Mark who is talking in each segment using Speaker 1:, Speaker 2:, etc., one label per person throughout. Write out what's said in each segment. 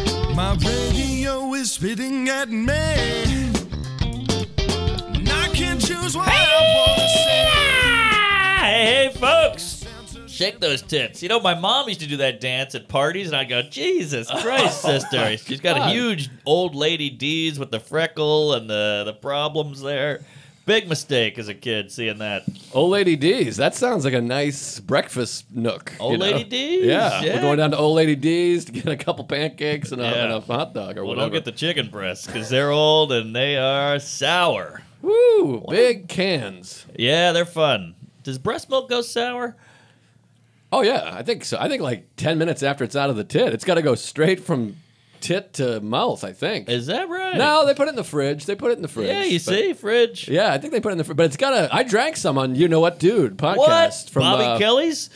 Speaker 1: My radio is spitting at me. And I can choose what
Speaker 2: Hey, hey, folks! Shake those tits. You know, my mom used to do that dance at parties, and I'd go, Jesus
Speaker 3: Oh
Speaker 2: Christ, sister. She's got a huge old lady D's with the freckle and the, the problems there. Big mistake as a kid seeing that.
Speaker 3: Old Lady D's. That sounds like a nice breakfast nook. you
Speaker 2: Old
Speaker 3: know?
Speaker 2: Lady D's,
Speaker 3: Yeah. We're
Speaker 2: yeah.
Speaker 3: going down to Old Lady D's to get a couple pancakes and a,
Speaker 2: Yeah.
Speaker 3: and a hot dog or
Speaker 2: Well,
Speaker 3: whatever.
Speaker 2: don't get the chicken breasts because they're old and they are sour.
Speaker 3: Woo! Big cans.
Speaker 2: Yeah, they're fun. Does breast milk go sour?
Speaker 3: Oh yeah, I think so. I think like ten minutes after it's out of the tit, it's got to go straight from tit to mouth. I think.
Speaker 2: Is that right?
Speaker 3: no, they put it in the fridge. They put it in the fridge.
Speaker 2: Yeah, you
Speaker 3: but-
Speaker 2: see, fridge.
Speaker 3: Yeah, I think they put it in the fridge, but it's got to. I drank some on you know what, dude podcast
Speaker 2: What?
Speaker 3: from
Speaker 2: Bobby
Speaker 3: uh,
Speaker 2: Kelly's?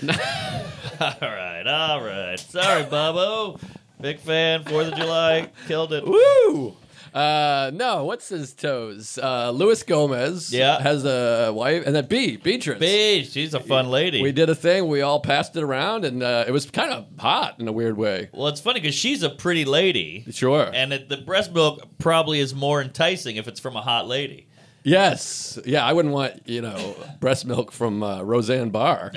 Speaker 2: all right, all right. Sorry, Bobo. Big fan, 4th of July. Killed it.
Speaker 3: Woo! Uh, no, what's his toes? Uh, Luis Gomez.
Speaker 2: Yeah.
Speaker 3: has a wife, and then B Beatrice.
Speaker 2: Bee, she's a fun lady.
Speaker 3: We did a thing. We all passed it around, and uh, it was kind of hot in a weird way.
Speaker 2: Well, it's funny because she's a pretty lady,
Speaker 3: Sure.
Speaker 2: and it, the breast milk probably is more enticing if it's from a hot lady.
Speaker 3: yes. Yeah, I wouldn't want you know breast milk from uh, Roseanne Barr.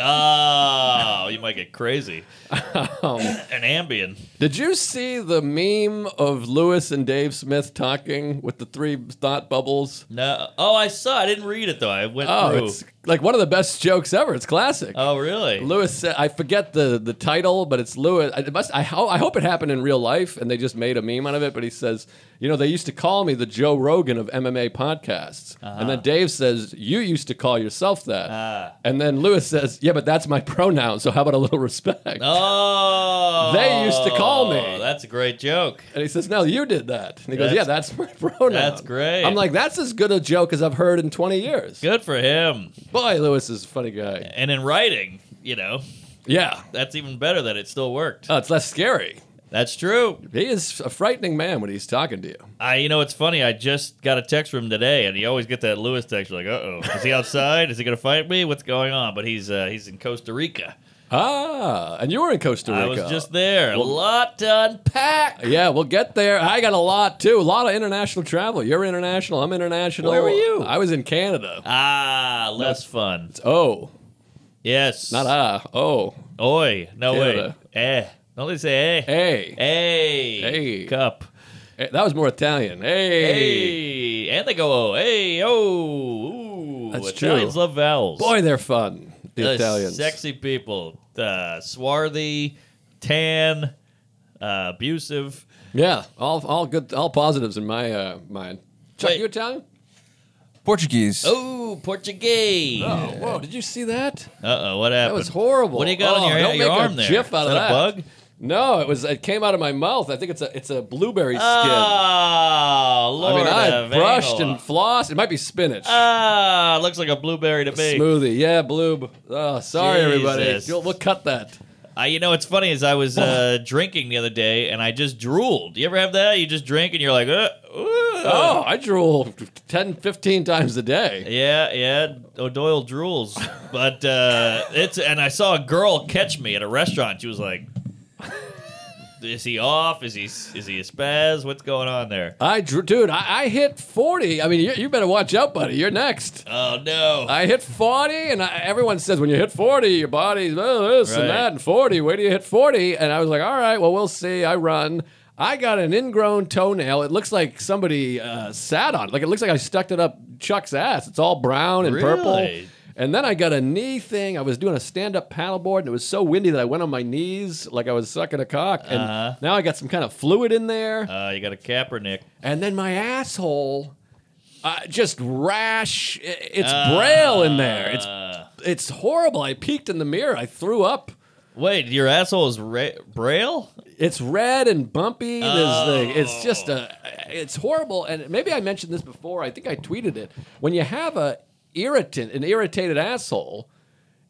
Speaker 2: Oh, you might get crazy.
Speaker 3: Um,
Speaker 2: An Ambien.
Speaker 3: Did you see the meme of Lewis and Dave Smith talking with the three thought bubbles?
Speaker 2: No. Oh, I saw. I didn't read it though. I went
Speaker 3: Oh,
Speaker 2: through.
Speaker 3: it's like one of the best jokes ever. It's classic.
Speaker 2: Oh, really?
Speaker 3: Lewis said, I forget the, the title, but it's Lewis. It must, I, ho- I hope it happened in real life and they just made a meme out of it. But he says, You know, they used to call me the Joe Rogan of MMA podcasts. And then Dave says, You used to call yourself that.
Speaker 2: Uh-huh. Ah.
Speaker 3: And then Lewis says, Yeah, but that's my pronoun. So how about a little respect?
Speaker 2: Oh,
Speaker 3: They used to call me.
Speaker 2: That's a great joke.
Speaker 3: And he says, "No, you did that." And he goes,
Speaker 2: That's-
Speaker 3: "Yeah, that's my pronoun."
Speaker 2: that's great.
Speaker 3: I'm like, "That's as good a joke as I've heard in 20 years."
Speaker 2: Good for him.
Speaker 3: Boy, Lewis is a funny guy.
Speaker 2: And in writing, you know,
Speaker 3: Yeah,
Speaker 2: that's even better that it still worked.
Speaker 3: oh, it's less scary.
Speaker 2: That's true.
Speaker 3: He is a frightening man when he's talking to you.
Speaker 2: I, you know, it's funny. I just got a text from him today, and you always get that Lewis text. You're like, uh oh, is he outside? is he gonna fight me? What's going on? But he's uh, he's in Costa Rica.
Speaker 3: Ah, and you were in Costa Rica.
Speaker 2: I was just there. a lot to unpack.
Speaker 3: Yeah, we'll get there. I got a lot too. A lot of international travel. You're international. I'm international.
Speaker 2: Where were you?
Speaker 3: I was in Canada.
Speaker 2: Ah, less fun.
Speaker 3: Oh,
Speaker 2: Yes.
Speaker 3: not ah. Oh,
Speaker 2: Oi. No
Speaker 3: Canada.
Speaker 2: way. Eh. Don't they say eh?
Speaker 3: hey.
Speaker 2: Hey.
Speaker 3: Hey.
Speaker 2: Cup.
Speaker 3: Hey, That was more Italian. Hey.
Speaker 2: Hey. And they go oh. Hey. Oh. Ooh.
Speaker 3: That's true.
Speaker 2: Italians love vowels.
Speaker 3: Boy, they're fun. The
Speaker 2: Those
Speaker 3: Italians.
Speaker 2: Sexy people. Uh, swarthy, tan, uh, abusive.
Speaker 3: Yeah, all all good, all positives in my uh, mind. Chuck,
Speaker 2: Wait.
Speaker 3: you Italian?
Speaker 4: Portuguese.
Speaker 2: Oh, Portuguese.
Speaker 3: Oh, whoa! Did you see that?
Speaker 2: Uh oh, what
Speaker 3: That
Speaker 2: happened?
Speaker 3: was horrible.
Speaker 2: What do you got
Speaker 3: oh,
Speaker 2: on your,
Speaker 3: don't
Speaker 2: your
Speaker 3: make
Speaker 2: arm
Speaker 3: a
Speaker 2: there?
Speaker 3: GIF out
Speaker 2: Is
Speaker 3: of that.
Speaker 2: that a bug?
Speaker 3: No, it was. It came out of my mouth. I think it's a it's a blueberry
Speaker 2: Ah,
Speaker 3: skin.
Speaker 2: Oh,
Speaker 3: I
Speaker 2: Lord.
Speaker 3: mean, I
Speaker 2: of
Speaker 3: had brushed
Speaker 2: Angela.
Speaker 3: and flossed. It might be spinach.
Speaker 2: Ah, looks like a blueberry to me.
Speaker 3: Smoothie, yeah, blue. Oh, sorry, everybody.
Speaker 2: Jesus.
Speaker 3: You'll- We'll cut that.
Speaker 2: Uh, you know, it's funny is I was uh, drinking the other day and I just drooled. You ever have that? You just drink and you're like, uh, oh.
Speaker 3: Oh, I drool 10, 15 times a day.
Speaker 2: Yeah, yeah, O'Doyle drools. But uh, it's and I saw a girl catch me at a restaurant. She was like, "Is he off? Is he is he a spaz? What's going on there?"
Speaker 3: I drew, dude. I, I hit forty. I mean, you, you better watch out, buddy. You're next.
Speaker 2: Oh no!
Speaker 3: I hit 40, and I, everyone says when you hit 40, your body's oh, this
Speaker 2: Right.
Speaker 3: and that, and 40. Where do you hit 40? And I was like, all right, well, we'll see. I run. I got an ingrown toenail. It looks like somebody uh, sat on it. Like it looks like I stuck it up Chuck's ass. It's all brown and purple.
Speaker 2: Really?
Speaker 3: And then I got a knee thing. I was doing a stand-up paddleboard, and it was so windy that I went on my knees like I was sucking a cock. And
Speaker 2: Uh-huh.
Speaker 3: now I got some kind of fluid in there.
Speaker 2: uh, you got a Kaepernick.
Speaker 3: And then my asshole, uh, just rash. i- It's braille in there. It's
Speaker 2: Uh,
Speaker 3: it's horrible. I peeked in the mirror. I threw up.
Speaker 2: Wait, your asshole is ra- braille?
Speaker 3: It's red and bumpy. This
Speaker 2: Oh.
Speaker 3: thing. It's just a. It's horrible. And maybe I mentioned this before. I think I tweeted it. When you have a irritant, an irritated asshole,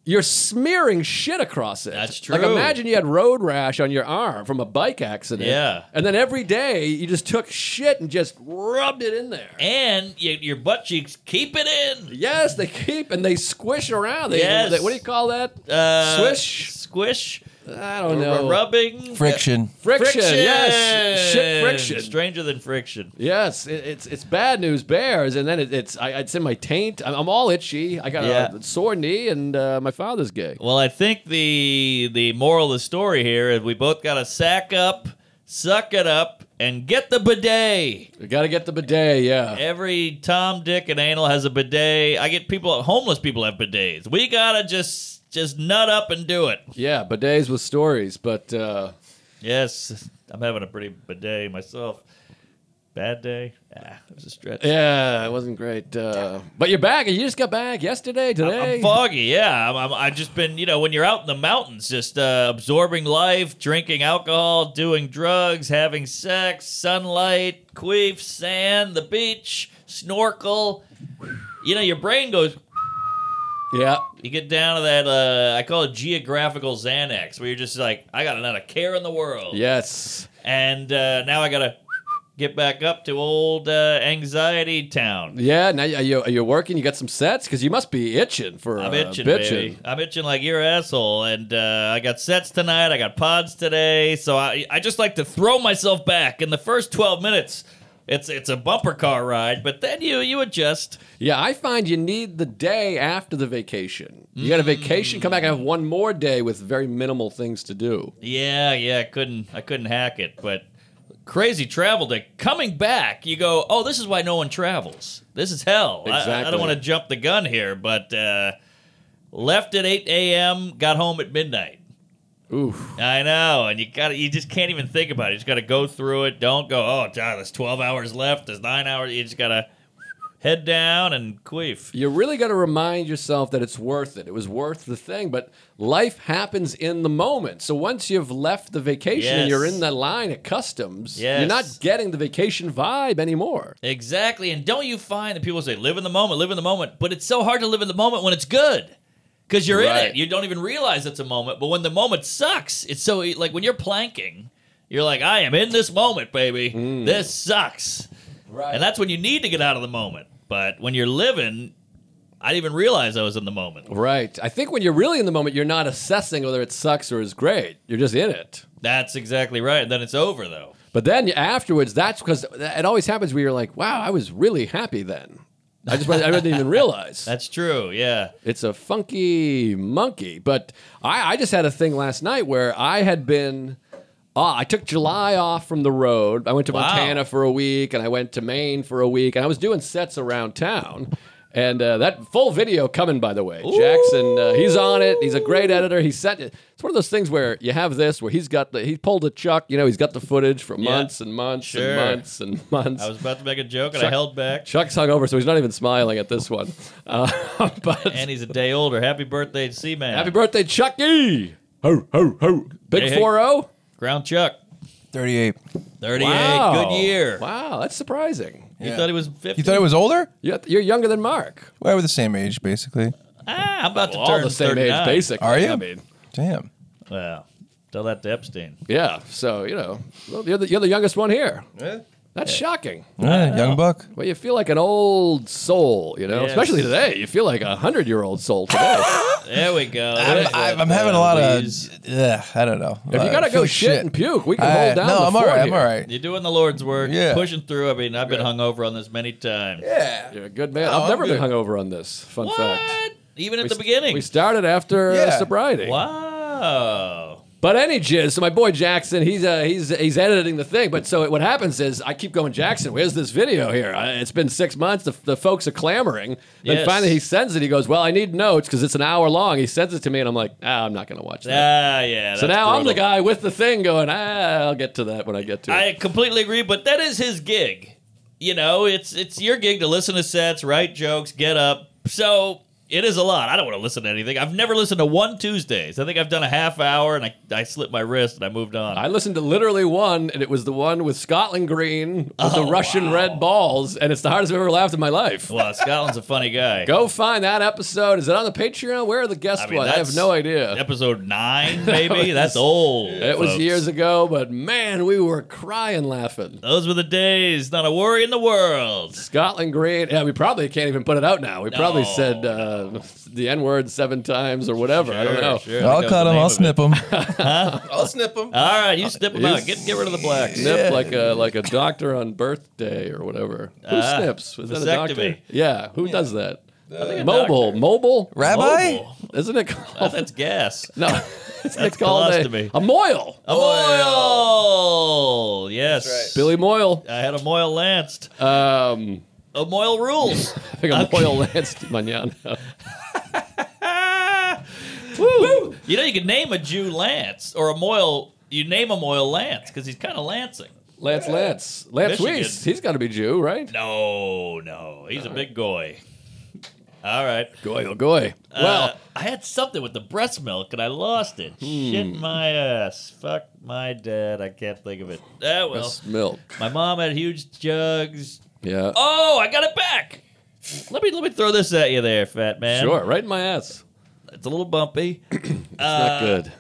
Speaker 3: you're smearing shit across it.
Speaker 2: That's
Speaker 3: Like
Speaker 2: true.
Speaker 3: imagine you had road rash on your arm from a bike accident.
Speaker 2: Yeah.
Speaker 3: And then every day you just took shit and just rubbed it in there.
Speaker 2: And y your butt cheeks keep it in.
Speaker 3: yes, they keep and they squish around. They,
Speaker 2: Yes.
Speaker 3: they- what do you call that?
Speaker 2: Uh,
Speaker 3: Swish?
Speaker 2: Squish.
Speaker 3: I don't
Speaker 2: r-
Speaker 3: know.
Speaker 2: Rubbing.
Speaker 4: Friction.
Speaker 3: friction. Yes. Shit friction.
Speaker 2: Stranger than friction.
Speaker 3: Yes, it, it's it's bad news bears, and then it, it's I, it's in my taint. I'm, I'm all itchy. I got
Speaker 2: Yeah.
Speaker 3: a sore knee, and uh, my father's gay.
Speaker 2: Well, I think the the moral of the story here is we both got to sack up, suck it up, and get the bidet.
Speaker 3: We got to get the bidet. Yeah,
Speaker 2: Every Tom, Dick, and Anal has a bidet. I get people, homeless people have bidets. We gotta just just nut up and do it.
Speaker 3: yeah, bidets with stories, but uh,
Speaker 2: Yes, I'm having a pretty bidet myself. Bad day. Ah, it was a stretch.
Speaker 3: yeah, it wasn't great. Uh, but you're back. and You just got back yesterday, today.
Speaker 2: I'm foggy, yeah. I'm, I'm, I've just been, you know, when you're out in the mountains, just uh, absorbing life, drinking alcohol, doing drugs, having sex, sunlight, queef, sand, the beach, snorkel. You know, your brain goes,
Speaker 3: yeah,
Speaker 2: you get down to that, uh, I call it geographical Xanax, where you're just like, I got not a care in the world.
Speaker 3: yes.
Speaker 2: And uh, now I got to get back up to old uh, anxiety town.
Speaker 3: Yeah, now you- are you, are you working? You got some sets? Because you must be itching for
Speaker 2: I'm
Speaker 3: uh,
Speaker 2: itching,
Speaker 3: bitching.
Speaker 2: baby. I'm itching like your asshole. And uh, I got sets tonight. I got pods today. So I, I just like to throw myself back in the first 12 minutes. It's it's a bumper car ride, but then you you adjust.
Speaker 3: Yeah, I find you need the day after the vacation. You got a vacation, come back and have one more day with very minimal things to do.
Speaker 2: Yeah, yeah. I couldn't I couldn't hack it, but crazy travel day. Coming back, you go. Oh, this is why no one travels. This is hell. I- I, I
Speaker 3: Exactly.
Speaker 2: don't want to jump the gun here, but uh, left at 8 a.m. Got home at midnight.
Speaker 3: Oof.
Speaker 2: I know, and you got to you just can't even think about it. You just got to go through it. Don't go, oh, God, there's 12 hours left. There's nine hours. You just got to head down and queef.
Speaker 3: You really got to remind yourself that it's worth it. It was worth the thing, but life happens in the moment. So once you've left the vacation and
Speaker 2: Yes.
Speaker 3: you're in that line at customs,
Speaker 2: Yes.
Speaker 3: you're not getting the vacation vibe anymore.
Speaker 2: Exactly. And don't you find that people say, live in the moment, live in the moment, but it's so hard to live in the moment when it's good. Because you're in
Speaker 3: Right.
Speaker 2: it. You don't even realize it's a moment. But when the moment sucks, it's so, like when you're planking, you're like, I am in this moment, baby. This sucks.
Speaker 3: Mm. Right.
Speaker 2: And that's when you need to get out of the moment. But when you're living, I didn't even realize I was in the moment.
Speaker 3: Right. I think when you're really in the moment, you're not assessing whether it sucks or is great. You're just in it.
Speaker 2: That's exactly right. And then it's over, though.
Speaker 3: But then afterwards, that's because it always happens where you're like, wow, I was really happy then. I just I didn't even realize.
Speaker 2: That's true. Yeah.
Speaker 3: It's a funky monkey. But I, I just had a thing last night where I had been. ah, I took July off from the road. I went to
Speaker 2: Wow.
Speaker 3: Montana for a week, and I went to Maine for a week, and I was doing sets around town. And uh, that full video coming, by the way. Jackson, uh, he's on it. He's a great editor. He set it. It's one of those things where you have this, where he's got the he pulled a Chuck. You know, he's got the footage for months and months
Speaker 2: Sure.
Speaker 3: and months and months.
Speaker 2: I was about to make a joke and I
Speaker 3: Chuck-
Speaker 2: held back.
Speaker 3: Chuck's hung over, so he's not even smiling at this one. Uh, but
Speaker 2: And he's a day older. Happy birthday to C Man.
Speaker 3: Happy birthday, Chucky! Ho, ho, ho.
Speaker 2: Hey,
Speaker 3: Big oh?
Speaker 2: hey.
Speaker 3: 4 0?
Speaker 2: Ground Chuck.
Speaker 4: 38.
Speaker 2: 38. Good year.
Speaker 3: Wow, that's surprising.
Speaker 2: You
Speaker 4: Yeah.
Speaker 2: thought he was 50.
Speaker 4: You thought I was older?
Speaker 3: You're, you're younger than Mark.
Speaker 4: Well, we're the same age, basically.
Speaker 2: Ah, I'm about to
Speaker 3: Well, all
Speaker 2: turn
Speaker 3: the same
Speaker 2: 39.
Speaker 3: age, basically.
Speaker 4: Are you?
Speaker 3: I mean,
Speaker 4: Damn.
Speaker 2: Wow. Tell that to Epstein.
Speaker 3: yeah, so, you know, well, you're the, you're the youngest one here. That's shocking.
Speaker 4: Yeah, young buck.
Speaker 3: Well, you feel like an old soul, you know,
Speaker 2: Yes.
Speaker 3: especially today. You feel like a 100 year old soul today.
Speaker 2: There we go.
Speaker 4: I'm,
Speaker 2: There's
Speaker 4: I'm,
Speaker 2: that,
Speaker 4: I'm having a
Speaker 2: uh,
Speaker 4: lot of.
Speaker 2: wheeze.
Speaker 4: Ugh, I don't know.
Speaker 3: if you got to go shit, and puke, we can hold down
Speaker 4: no,
Speaker 3: the
Speaker 4: I'm
Speaker 3: fort
Speaker 4: all right. I'm
Speaker 3: here.
Speaker 4: all right.
Speaker 2: You're doing the Lord's work.
Speaker 4: Yeah.
Speaker 2: Pushing through. I mean, I've been hung over on this many times.
Speaker 4: Yeah.
Speaker 3: You're a good man.
Speaker 4: No,
Speaker 3: I've
Speaker 4: I'm
Speaker 3: never been
Speaker 4: good.
Speaker 3: hung over on this. Fun
Speaker 2: Oh, What?
Speaker 3: fact.
Speaker 2: Even at
Speaker 3: We
Speaker 2: the
Speaker 3: st-
Speaker 2: beginning.
Speaker 3: We started after uh,
Speaker 4: Yeah.
Speaker 3: sobriety.
Speaker 2: wow.
Speaker 3: But any jizz, so my boy Jackson, he's uh, he's he's editing the thing. But so what happens is, I keep going, Jackson, where's this video here? I, it's been six months. The, the folks are clamoring. Then
Speaker 2: Yes.
Speaker 3: finally he sends it. He goes, well, I need notes because it's an hour long. He sends it to me, and I'm like, ah, I'm not going to watch that.
Speaker 2: Ah, yeah.
Speaker 3: so
Speaker 2: that's
Speaker 3: now I'm the
Speaker 2: brutal.
Speaker 3: guy with the thing going, ah, I'll get to that when I get to it.
Speaker 2: I completely agree, but that is his gig. You know, it's it's your gig to listen to sets, write jokes, get up. So It is a lot. I don't want to listen to anything. I've never listened to one Tuesdays. I think I've done a half hour and I, I slipped my wrist and I moved on.
Speaker 3: I listened to literally one, and it was the one with Scotland Green with the Russian red balls, and it's the hardest I've ever laughed in my life.
Speaker 2: Oh, well, Scotland's a funny guy.
Speaker 3: Go find that episode. Is it on the Patreon? Where are the guest
Speaker 2: I mean,
Speaker 3: ones? I have
Speaker 2: that's-
Speaker 3: no idea.
Speaker 2: Episode nine, maybe? That's old.
Speaker 3: It was
Speaker 2: folks.
Speaker 3: years ago, but man, we were crying laughing.
Speaker 2: Those were the days. Not a worry in the world.
Speaker 3: Scotland Green. Yeah, we probably can't even put it out now. We probably
Speaker 2: No,
Speaker 3: said uh, the N word seven times or whatever. I don't
Speaker 2: Sure,
Speaker 3: know.
Speaker 2: sure.
Speaker 4: I'll
Speaker 2: That
Speaker 4: cut
Speaker 2: goes the
Speaker 4: him.
Speaker 2: name
Speaker 4: I'll
Speaker 2: of it.
Speaker 4: snip him. I'll snip him.
Speaker 2: All right, you snip them
Speaker 3: You
Speaker 2: out. Get, get rid of the blacks.
Speaker 3: Snip like a like a doctor on birthday or whatever. Who
Speaker 2: Ah,
Speaker 3: snips? Is that a doctor?
Speaker 2: vasectomy. Uh,
Speaker 3: Yeah. Who does that?
Speaker 2: a
Speaker 3: mobile, mobile,
Speaker 4: Rabbi?
Speaker 2: Mobile.
Speaker 3: Isn't it
Speaker 2: Oh,
Speaker 3: called?
Speaker 2: that's gas.
Speaker 3: no, isn't it called a,
Speaker 2: colostomy.
Speaker 3: a moil?
Speaker 2: A moil. Yes.
Speaker 3: Billy Moyle.
Speaker 2: I had a moil lanced.
Speaker 3: Um,
Speaker 2: A moil rules.
Speaker 3: I think a Moyle Lance Manana.
Speaker 2: Ah! You know, you could name a Jew Lance or a moil. You name a moil Lance because he's kind of lancing.
Speaker 3: Lance, Lance, Lance
Speaker 2: Michigan.
Speaker 3: Weiss. He's got to be Jew, right?
Speaker 2: No, no, he's a big goy. All right.
Speaker 3: Goy, oh goy.
Speaker 2: Uh,
Speaker 3: well, Hmm.
Speaker 2: I had something with the breast milk and I lost it. Shit my ass. Fuck my dad. I can't think of it. Ah, well.
Speaker 3: breast milk.
Speaker 2: My mom had huge jugs.
Speaker 3: Yeah.
Speaker 2: Oh, I got it back. Let me let me throw this at you there, fat man.
Speaker 3: sure, right in my ass.
Speaker 2: It's a little bumpy. Uh,
Speaker 3: It's not good.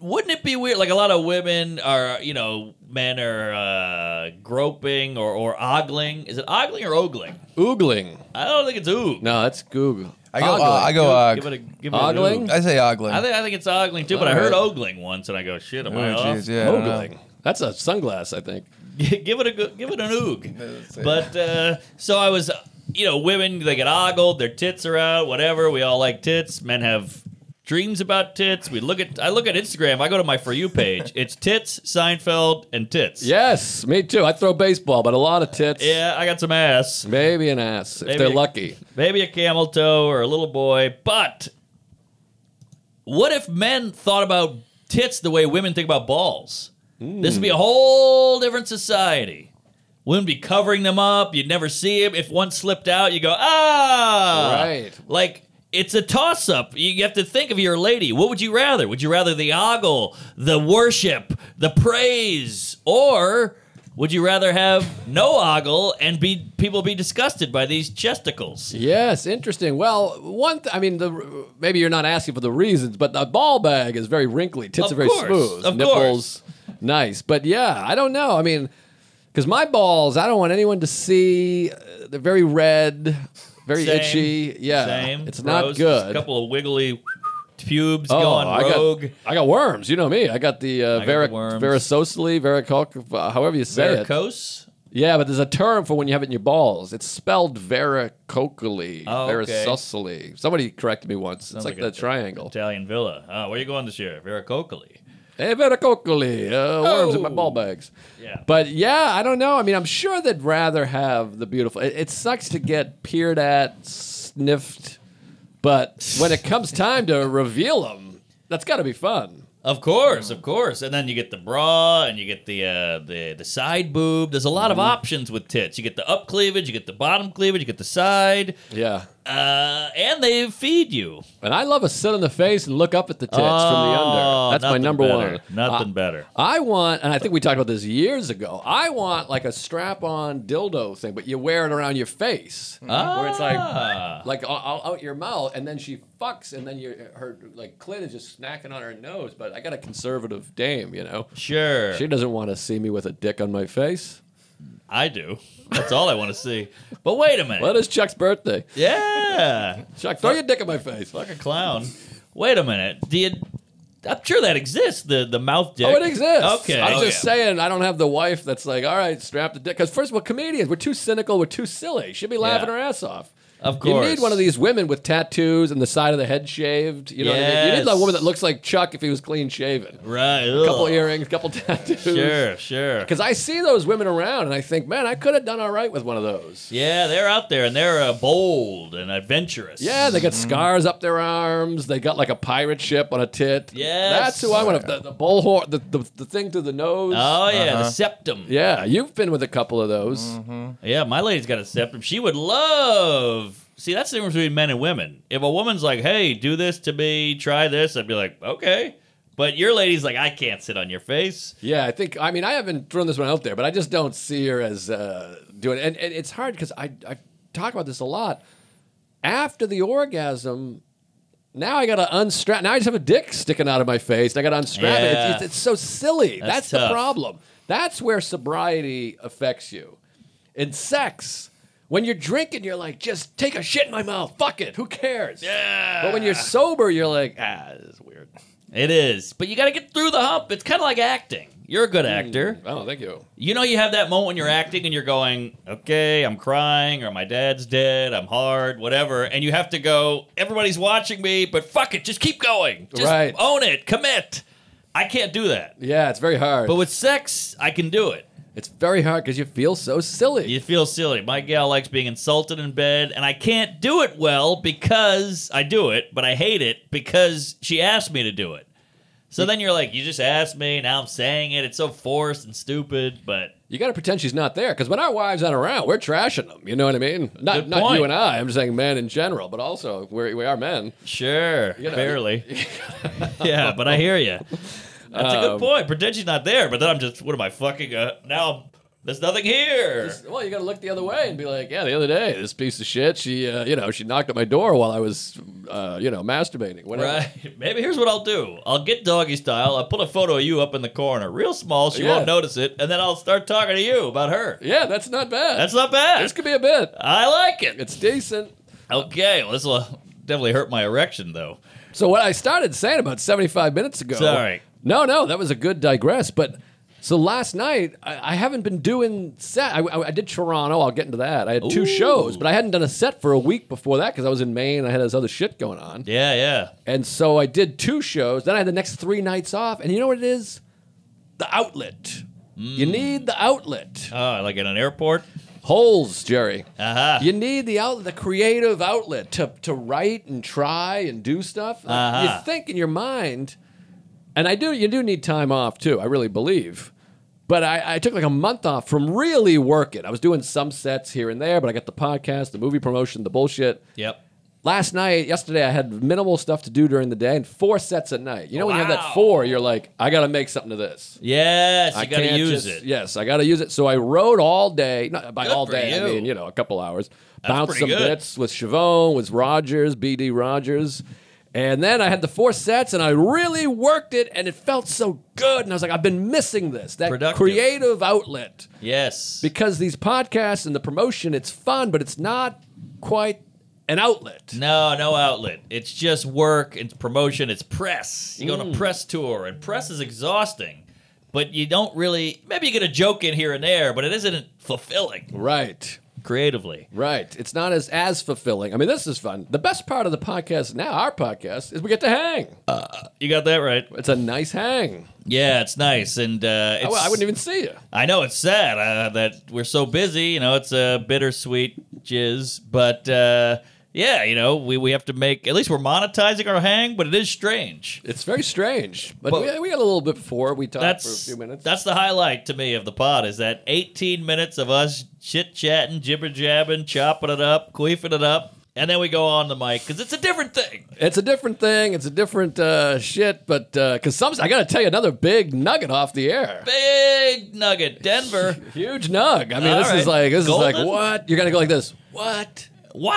Speaker 2: Wouldn't it be weird? Like a lot of women are, you know, men are uh, groping or, or ogling. Is it ogling or ogling?
Speaker 3: Oogling.
Speaker 2: I don't think it's oog.
Speaker 3: No, that's Google.
Speaker 4: I go. Uh,
Speaker 3: Ogling.
Speaker 4: I go.
Speaker 2: give
Speaker 4: Uh,
Speaker 2: it a give it a
Speaker 3: Ogling?
Speaker 2: oog.
Speaker 4: I say ogling.
Speaker 2: I think I think it's ogling too, but I
Speaker 3: All
Speaker 2: heard
Speaker 3: right.
Speaker 2: ogling once, and I go, shit, am
Speaker 4: oh
Speaker 2: I off?
Speaker 4: jeez, yeah. I don't know.
Speaker 3: Ogling. That's a sunglass, I think.
Speaker 2: give it a go- give it an oog.
Speaker 4: That's it.
Speaker 2: but uh, so I was, uh, you know, women they get ogled, their tits are out, whatever. We all like tits. Men have dreams about tits. We look at I look at Instagram. I go to my for you page. it's tits, Seinfeld, and tits.
Speaker 3: Yes, me too. I throw baseball, but a lot of tits.
Speaker 2: yeah. I got some ass,
Speaker 3: Maybe an ass if
Speaker 2: Maybe
Speaker 3: they're
Speaker 2: a-
Speaker 3: lucky.
Speaker 2: maybe a camel toe or a little boy. But what if men thought about tits the way women think about balls? This would be a whole different society. Wouldn't be covering them up. You'd never see them. If one slipped out, you go, ah.
Speaker 3: Right.
Speaker 2: Like, it's a toss up. You have to think of your lady. What would you rather? Would you rather the ogle, the worship, the praise, or would you rather have no ogle and be people be disgusted by these chesticles?
Speaker 3: Yes, interesting. Well, one. Th- I mean, the maybe you're not asking for the reasons, but the ball bag is very wrinkly. Tits
Speaker 2: Of
Speaker 3: are very
Speaker 2: course,
Speaker 3: smooth.
Speaker 2: of
Speaker 3: Nipples, nice. But yeah, I don't know. I mean, because my balls, I don't want anyone to see. uh, They're very red, very
Speaker 2: Same,
Speaker 3: itchy. Yeah,
Speaker 2: Same.
Speaker 3: it's not
Speaker 2: Rose, just
Speaker 3: good.
Speaker 2: A couple of wiggly pubes
Speaker 3: Oh, I
Speaker 2: going rogue.
Speaker 3: got I got worms. You know me. I got the uh,
Speaker 2: got
Speaker 3: varic-
Speaker 2: the worms.
Speaker 3: varicosely, varicose, however you say it.
Speaker 2: Varicose.
Speaker 3: Yeah, but there's a term for when you have it in your balls. It's spelled varicocally,
Speaker 2: Oh, okay.
Speaker 3: varicosely. Somebody corrected me once. it's
Speaker 2: Sounds
Speaker 3: like,
Speaker 2: like a-
Speaker 3: the triangle.
Speaker 2: Italian Villa. Ah, where you going this year? Varicocoli.
Speaker 3: Hey, varicocally, uh, worms in my
Speaker 2: Oh.
Speaker 3: ball bags.
Speaker 2: Yeah.
Speaker 3: But yeah, I don't know. I mean, I'm sure they'd rather have the beautiful. It, it sucks to get peered at, sniffed, but when it comes time to reveal them, that's got to be fun.
Speaker 2: Of course, of course. And then you get the bra and you get the uh, the the side boob. There's a lot of options with tits. You get the up cleavage, you get the bottom cleavage, you get the side,
Speaker 3: Yeah.
Speaker 2: uh, and they feed you.
Speaker 3: And I love a sit in the face and look up at the tits from the
Speaker 2: Oh,
Speaker 3: under. That's my
Speaker 2: nothing
Speaker 3: number
Speaker 2: better,
Speaker 3: one.
Speaker 2: Nothing
Speaker 3: Uh,
Speaker 2: better.
Speaker 3: I want, and I think we talked about this years ago. I want like a strap-on dildo thing, but you wear it around your face,
Speaker 2: Mm-hmm.
Speaker 3: where it's like,
Speaker 2: Ah.
Speaker 3: like all, all out your mouth, and then she fucks, and then your her like clit is just snacking on her nose. But I got a conservative dame, you know.
Speaker 2: sure.
Speaker 3: She doesn't want to see me with a dick on my face.
Speaker 2: I do. That's all I want to see. But wait a minute.
Speaker 3: Well, it is Chuck's birthday.
Speaker 2: Yeah.
Speaker 3: Chuck, throw your dick in my face.
Speaker 2: Fuck a clown. Wait a minute. Do you, I'm sure that exists. The the mouth dick.
Speaker 3: Oh, it exists.
Speaker 2: Okay.
Speaker 3: I'm
Speaker 2: Oh,
Speaker 3: just
Speaker 2: yeah.
Speaker 3: saying, I don't have the wife that's like, all right, strap the dick. Because, first of all, comedians, we're too cynical, we're too silly. She'd be laughing
Speaker 2: Yeah.
Speaker 3: her ass off.
Speaker 2: Of
Speaker 3: You
Speaker 2: course.
Speaker 3: need one of these women with tattoos and the side of the head shaved. You know what I mean? You need
Speaker 2: Yes.
Speaker 3: that woman that looks like Chuck if he was clean shaven.
Speaker 2: Right.
Speaker 3: A couple
Speaker 2: ugh.
Speaker 3: earrings, couple tattoos.
Speaker 2: Sure. Sure.
Speaker 3: Because I see those women around and I think, man, I could have done all right with one of those.
Speaker 2: Yeah, they're out there and they're uh, bold and adventurous.
Speaker 3: Yeah, they got
Speaker 2: Mm-hmm.
Speaker 3: scars up their arms. They got like a pirate ship on a tit.
Speaker 2: Yes.
Speaker 3: That's who I want. to The, the bullhorn, the, the, the thing through the nose.
Speaker 2: Oh yeah, the
Speaker 4: Uh-huh.
Speaker 2: septum. Yeah.
Speaker 3: Yeah, you've been with a couple of those.
Speaker 2: my lady's got a septum. She would love See, that's the difference between men and women. If a woman's like, "Hey, do this to me, try this," I'd be like, "Okay." But your lady's like, "I can't sit on your face."
Speaker 3: Yeah, I think. I mean, I haven't thrown this one out there, but I just don't see her as uh, doing. And, and it's hard because I, I talk about this a lot. After the orgasm, now I got to unstrap. Now I just have a dick sticking out of my face. and I got to unstrap it. It's,
Speaker 2: Yeah.
Speaker 3: it's, it's so silly. That's, the
Speaker 2: tough.
Speaker 3: problem. That's where sobriety affects you. In sex, when you're drinking, you're like, just take a shit in my mouth. Fuck it. Who cares? Yeah. But when you're sober, you're like, ah, this is weird.
Speaker 2: It is, but you got to get through the hump. It's kind of like acting. You're a good actor.
Speaker 3: Oh, thank you.
Speaker 2: You know, you have that moment when you're acting and you're going, okay, I'm crying, or my dad's dead, I'm hard, whatever. And you have to go, everybody's watching me, but fuck it, just keep going. Just
Speaker 3: Right.
Speaker 2: own it, commit. I can't do that.
Speaker 3: Yeah, it's very hard.
Speaker 2: But with sex, I can do it.
Speaker 3: It's very hard because you feel so silly.
Speaker 2: You feel silly. My gal likes being insulted in bed, and I can't do it well because I do it, but I hate it because she asked me to do it. So then you're like, you just asked me, now I'm saying it. It's so forced and stupid, but
Speaker 3: You got to pretend she's not there because when our wives aren't around, we're trashing them. You know what I mean? Not
Speaker 2: Good
Speaker 3: not
Speaker 2: point.
Speaker 3: you and I. I'm just saying men in general, but also we're, we are men.
Speaker 2: Sure,
Speaker 3: know.
Speaker 2: barely. yeah, but I hear you. That's a
Speaker 3: Um,
Speaker 2: good point. Pretend she's not there, but then I'm just, what am I fucking? Uh, now there's nothing here.
Speaker 3: Well, you got to look the other way and be like, yeah, the other day this piece of shit, she uh, you know she knocked at my door while I was uh, you know masturbating. Whatever.
Speaker 2: Right. Maybe here's what I'll do. I'll get doggy style. I'll put a photo of you up in the corner, real small. She
Speaker 3: Yeah.
Speaker 2: won't notice it, and then I'll start talking to you about her.
Speaker 3: Yeah, that's not bad.
Speaker 2: That's not bad.
Speaker 3: this could be a bit.
Speaker 2: I like it.
Speaker 3: It's decent.
Speaker 2: Okay. Well, this will definitely hurt my erection though.
Speaker 3: So what I started saying about 75 minutes ago.
Speaker 2: Sorry.
Speaker 3: No, no, that was a good digress. But so last night, I, I haven't been doing set. I, I, I did Toronto. I'll get into that. I had two
Speaker 2: Ooh.
Speaker 3: shows, but I hadn't done a set for a week before that because I was in Maine. and I had this other shit going on.
Speaker 2: Yeah, yeah.
Speaker 3: And so I did two shows. Then I had the next three nights off. And you know what it is? The outlet.
Speaker 2: Mm.
Speaker 3: You need the outlet.
Speaker 2: Oh, like in an airport.
Speaker 3: Holes, Jerry.
Speaker 2: Uh huh.
Speaker 3: You need the outlet, the creative outlet to, to write and try and do stuff. Like,
Speaker 2: Uh-huh.
Speaker 3: You think in your mind, and I do. You do need time off too. I really believe. But I, I took like a month off from really working. I was doing some sets here and there, but I got the podcast, the movie promotion, the bullshit.
Speaker 2: Yep.
Speaker 3: Last night, yesterday, I had minimal stuff to do during the day and four sets at night. You know, when you have
Speaker 2: Wow.
Speaker 3: that four, you're like, I got to make something of this.
Speaker 2: Yes, you got to
Speaker 3: can't
Speaker 2: use
Speaker 3: just-
Speaker 2: it.
Speaker 3: Yes, I got to use it. So I rode all day. Not by
Speaker 2: Good
Speaker 3: all
Speaker 2: for
Speaker 3: day, I
Speaker 2: you.
Speaker 3: mean, you know, a couple hours. Bounced
Speaker 2: pretty
Speaker 3: some
Speaker 2: good.
Speaker 3: bits with Chavon, with Rogers, BD Rogers. And then I had the four sets and I really worked it and it felt so good. And I was like, I've been missing this that
Speaker 2: Productive.
Speaker 3: creative outlet.
Speaker 2: Yes.
Speaker 3: Because these podcasts and the promotion, it's fun, but it's not quite an outlet.
Speaker 2: No, no outlet. It's just work. It's promotion. It's press. You go
Speaker 3: Mm.
Speaker 2: on a press tour, and press is exhausting. But you don't really. Maybe you get a joke in here and there, but it isn't fulfilling
Speaker 3: Right.
Speaker 2: creatively.
Speaker 3: Right. It's not as as fulfilling. I mean, this is fun. The best part of the podcast now, our podcast, is we get to hang.
Speaker 2: You got that right.
Speaker 3: It's a nice hang.
Speaker 2: Yeah, it's nice, and uh,
Speaker 3: I,
Speaker 2: it's,
Speaker 3: I wouldn't even see you.
Speaker 2: I know it's sad uh, that we're so busy. You know, it's a bittersweet jizz, but uh, yeah, you know, we, we have to make. At least we're monetizing our hang, but it is strange.
Speaker 3: It's very strange. But,
Speaker 2: But-
Speaker 3: we, we got a little bit before we talked
Speaker 2: that's
Speaker 3: for a few minutes.
Speaker 2: That's the highlight to me of the pod is that 18 minutes of us chit chatting, jibber jabbing, chopping it up, queefing it up, and then we go on the mic because it's a different thing.
Speaker 3: it's a different thing. It's a different uh, shit. But because some, I got to tell you another big nugget off the air.
Speaker 2: Big nugget, Denver.
Speaker 3: Huge nug. I mean,
Speaker 2: All
Speaker 3: this is
Speaker 2: right.
Speaker 3: like this is like
Speaker 2: Golden?
Speaker 3: what you're gonna go like this. What?
Speaker 2: what?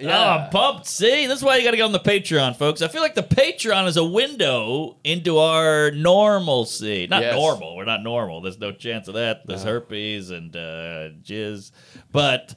Speaker 3: Yeah.
Speaker 2: Oh, I'm pumped. See, this is why you got to go on the Patreon, folks. I feel like the Patreon is a window into our normalcy. Not
Speaker 3: Yes. Uh-huh.
Speaker 2: normal. We're not normal. There's no chance of that. There's herpes and uh, jizz, but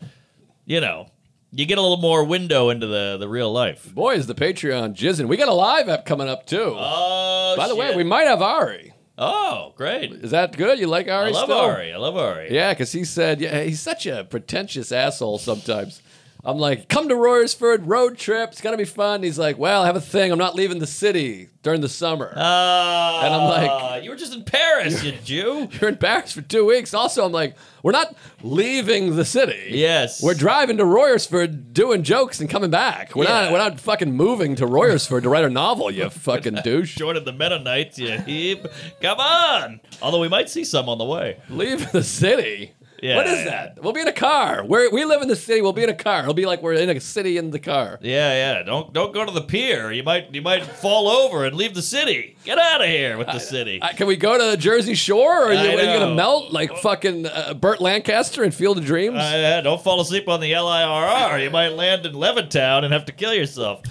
Speaker 2: you know. You get a little more window into the, the real life.
Speaker 3: Boy, is the Patreon jizzing. We got a live app coming up too.
Speaker 2: Oh,
Speaker 3: By the way,
Speaker 2: shit.
Speaker 3: we might have Ari.
Speaker 2: oh great!
Speaker 3: Is that good? You like Ari?
Speaker 2: I love
Speaker 3: still?
Speaker 2: Ari. I love Ari.
Speaker 3: Yeah, because he said, yeah, he's such a pretentious asshole sometimes. I'm like, come to Royersford, road trip. It's going to be fun. he's like, well, I have a thing. I'm not leaving the city during the summer.
Speaker 2: Ah,
Speaker 3: And I'm like-
Speaker 2: you were just in Paris, you Jew.
Speaker 3: You're embarrassed for two weeks. Also, I'm like, we're not leaving the city.
Speaker 2: Yes,
Speaker 3: We're driving to Royersford, doing jokes, and coming back. We're not.
Speaker 2: Yeah.
Speaker 3: We're not fucking moving to Royersford to write a novel. You fucking douche.
Speaker 2: joining the Mennonites, you heap. Come on. Although we might see some on the way.
Speaker 3: Leave the city.
Speaker 2: Yeah,
Speaker 3: what is
Speaker 2: yeah.
Speaker 3: that? We'll be in a car. We're, we live in the city. We'll be in a car. It'll be like we're in a city in the car.
Speaker 2: Yeah, yeah. Don't don't go to the pier. You might you might fall over and leave the city. Get out of here with the city.
Speaker 3: Uh, can we go to Jersey Shore? Or are you,
Speaker 2: I
Speaker 3: are you
Speaker 2: know.
Speaker 3: gonna melt like fucking uh, Burt Lancaster in Field of Dreams?
Speaker 2: Uh, yeah, don't fall asleep on the LIRR. You might land in Levittown and have to kill yourself.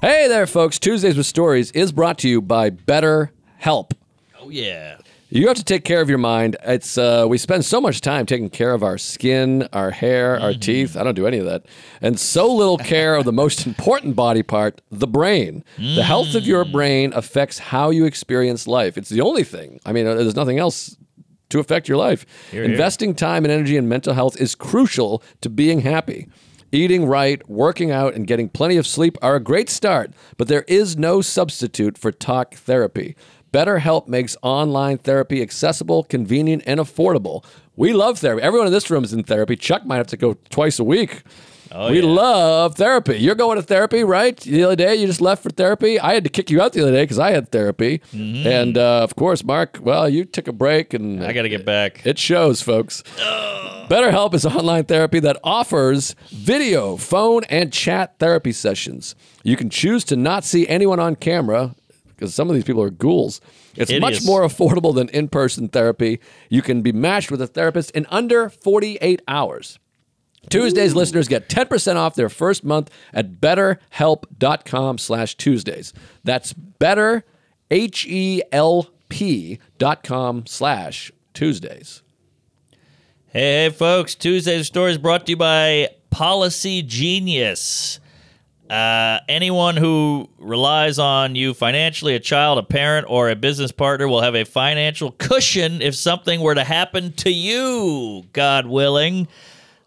Speaker 3: hey there, folks. Tuesdays with Stories is brought to you by Better Help.
Speaker 2: Oh yeah.
Speaker 3: You have to take care of your mind. It's uh, we spend so much time taking care of our skin, our hair, our
Speaker 2: Mm-hmm.
Speaker 3: teeth. I don't do any of that, and so little care of the most important body part, the brain. The health of
Speaker 2: Mm.
Speaker 3: your brain affects how you experience life. It's the only thing. I mean, uh, there's nothing else to affect your life. Investing time and energy in mental health is crucial to being happy. Eating right, working out, and getting plenty of sleep are a great start, but there is no substitute for talk therapy. BetterHelp makes online therapy accessible, convenient, and affordable. We love therapy. Everyone in this room is in therapy. Chuck might have to go twice a week. we love therapy. You're going to therapy, right? The other day, you just left for therapy. I had to kick you out the other day because I had therapy. And uh, of course, Mark, well, you took a break and uh,
Speaker 2: I gotta get back.
Speaker 3: it shows, folks. BetterHelp is online therapy that offers video, phone, and chat therapy sessions. You can choose to not see anyone on camera because some of these people are ghouls. It's
Speaker 2: Hideous.
Speaker 3: much more affordable than in person therapy. You can be matched with a therapist in under 48 hours. Tuesdays listeners get 10% off their first month at betterhelp.com slash Tuesdays. That's better, H-E-L-P dot com slash Tuesdays.
Speaker 2: Hey, hey, folks, Tuesday's Story is brought to you by Policy Genius. Uh, anyone who relies on you financially, a child, a parent, or a business partner, will have a financial cushion if something were to happen to you, God willing.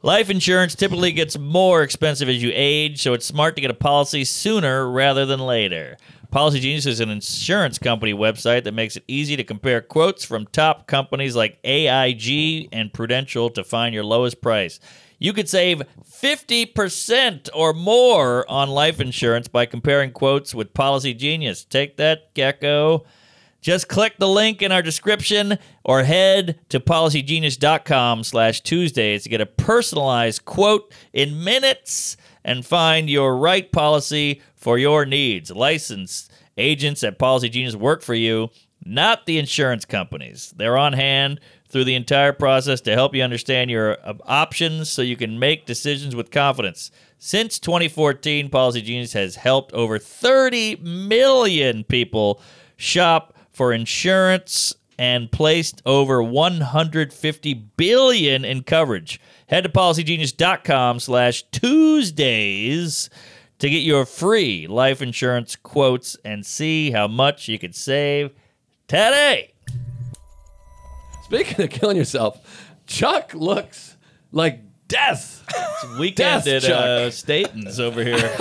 Speaker 2: Life insurance typically gets more expensive as you age, so it's smart to get a policy sooner rather than later. Policy Genius is an insurance company website that makes it easy to compare quotes from top companies like AIG and Prudential to find your lowest price. You could save 50% or more on life insurance by comparing quotes with Policy Genius. Take that, gecko. Just click the link in our description or head to policygenius.com slash Tuesdays to get a personalized quote in minutes and find your right policy for your needs. Licensed agents at Policy Genius work for you, not the insurance companies. They're on hand through the entire process to help you understand your uh, options so you can make decisions with confidence. Since 2014, Policy Genius has helped over 30 million people shop for insurance and placed over 150 billion in coverage. Head to policygenius.com slash Tuesdays to get your free life insurance quotes and see how much you could save today.
Speaker 3: Speaking of killing yourself, Chuck looks like death.
Speaker 2: Weekend
Speaker 3: Death
Speaker 2: at
Speaker 3: Chuck.
Speaker 2: uh, Staten's over here.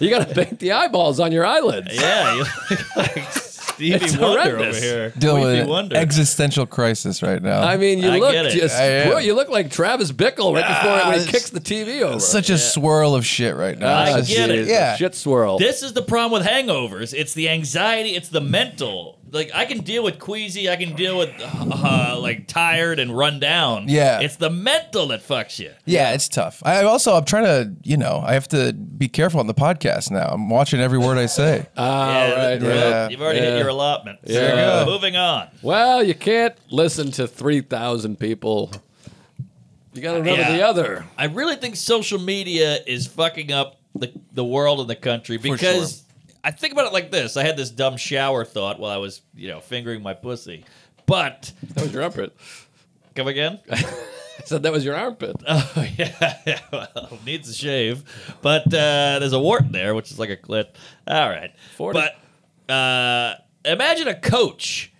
Speaker 3: You got to paint the eyeballs on your eyelids.
Speaker 2: yeah, you look like Stevie
Speaker 3: It's
Speaker 2: Wonder
Speaker 3: horrendous.
Speaker 2: over here. Stevie
Speaker 5: Dylan,
Speaker 2: Wonder.
Speaker 5: existential crisis right now.
Speaker 3: I mean, you
Speaker 2: I
Speaker 3: look
Speaker 2: get it.
Speaker 3: just
Speaker 5: I am.
Speaker 3: bro, you look like Travis Bickle right before when
Speaker 5: it's-
Speaker 3: he kicks the TV over. Ah,
Speaker 5: such a swirl of shit right now.
Speaker 2: I
Speaker 5: It's
Speaker 2: get it.
Speaker 5: just- Yeah.
Speaker 3: Shit swirl.
Speaker 2: This is the problem with hangovers. It's the anxiety. It's the mental. Like I can deal with queasy. I can deal with uh, like tired and run down.
Speaker 5: Yeah.
Speaker 2: It's the mental that fucks you.
Speaker 5: Yeah, it's tough. I I also I'm trying to, you know, I have to be careful on the podcast now. I'm watching every word I say.
Speaker 3: Ah,
Speaker 2: Yeah,
Speaker 3: right,
Speaker 2: you've-
Speaker 3: right.
Speaker 5: yeah.
Speaker 2: You've already
Speaker 3: Yeah.
Speaker 2: hit your allotment. So
Speaker 3: There you
Speaker 5: go.
Speaker 2: Moving on.
Speaker 3: Well, you can't listen to 3,000 people. You got to remember
Speaker 2: Yeah.
Speaker 3: the other.
Speaker 2: I really think social media is fucking up the, the world and the country
Speaker 5: sure.
Speaker 2: because I think about it like this. I had this dumb shower thought while I was, you know, fingering my pussy. But
Speaker 3: That was your armpit.
Speaker 2: come again?
Speaker 3: I said that was your armpit.
Speaker 2: Oh, yeah, yeah, well, needs a shave, but uh, there's a wart there, which is like a clit. All right,
Speaker 3: 40.
Speaker 2: but uh, imagine a coach,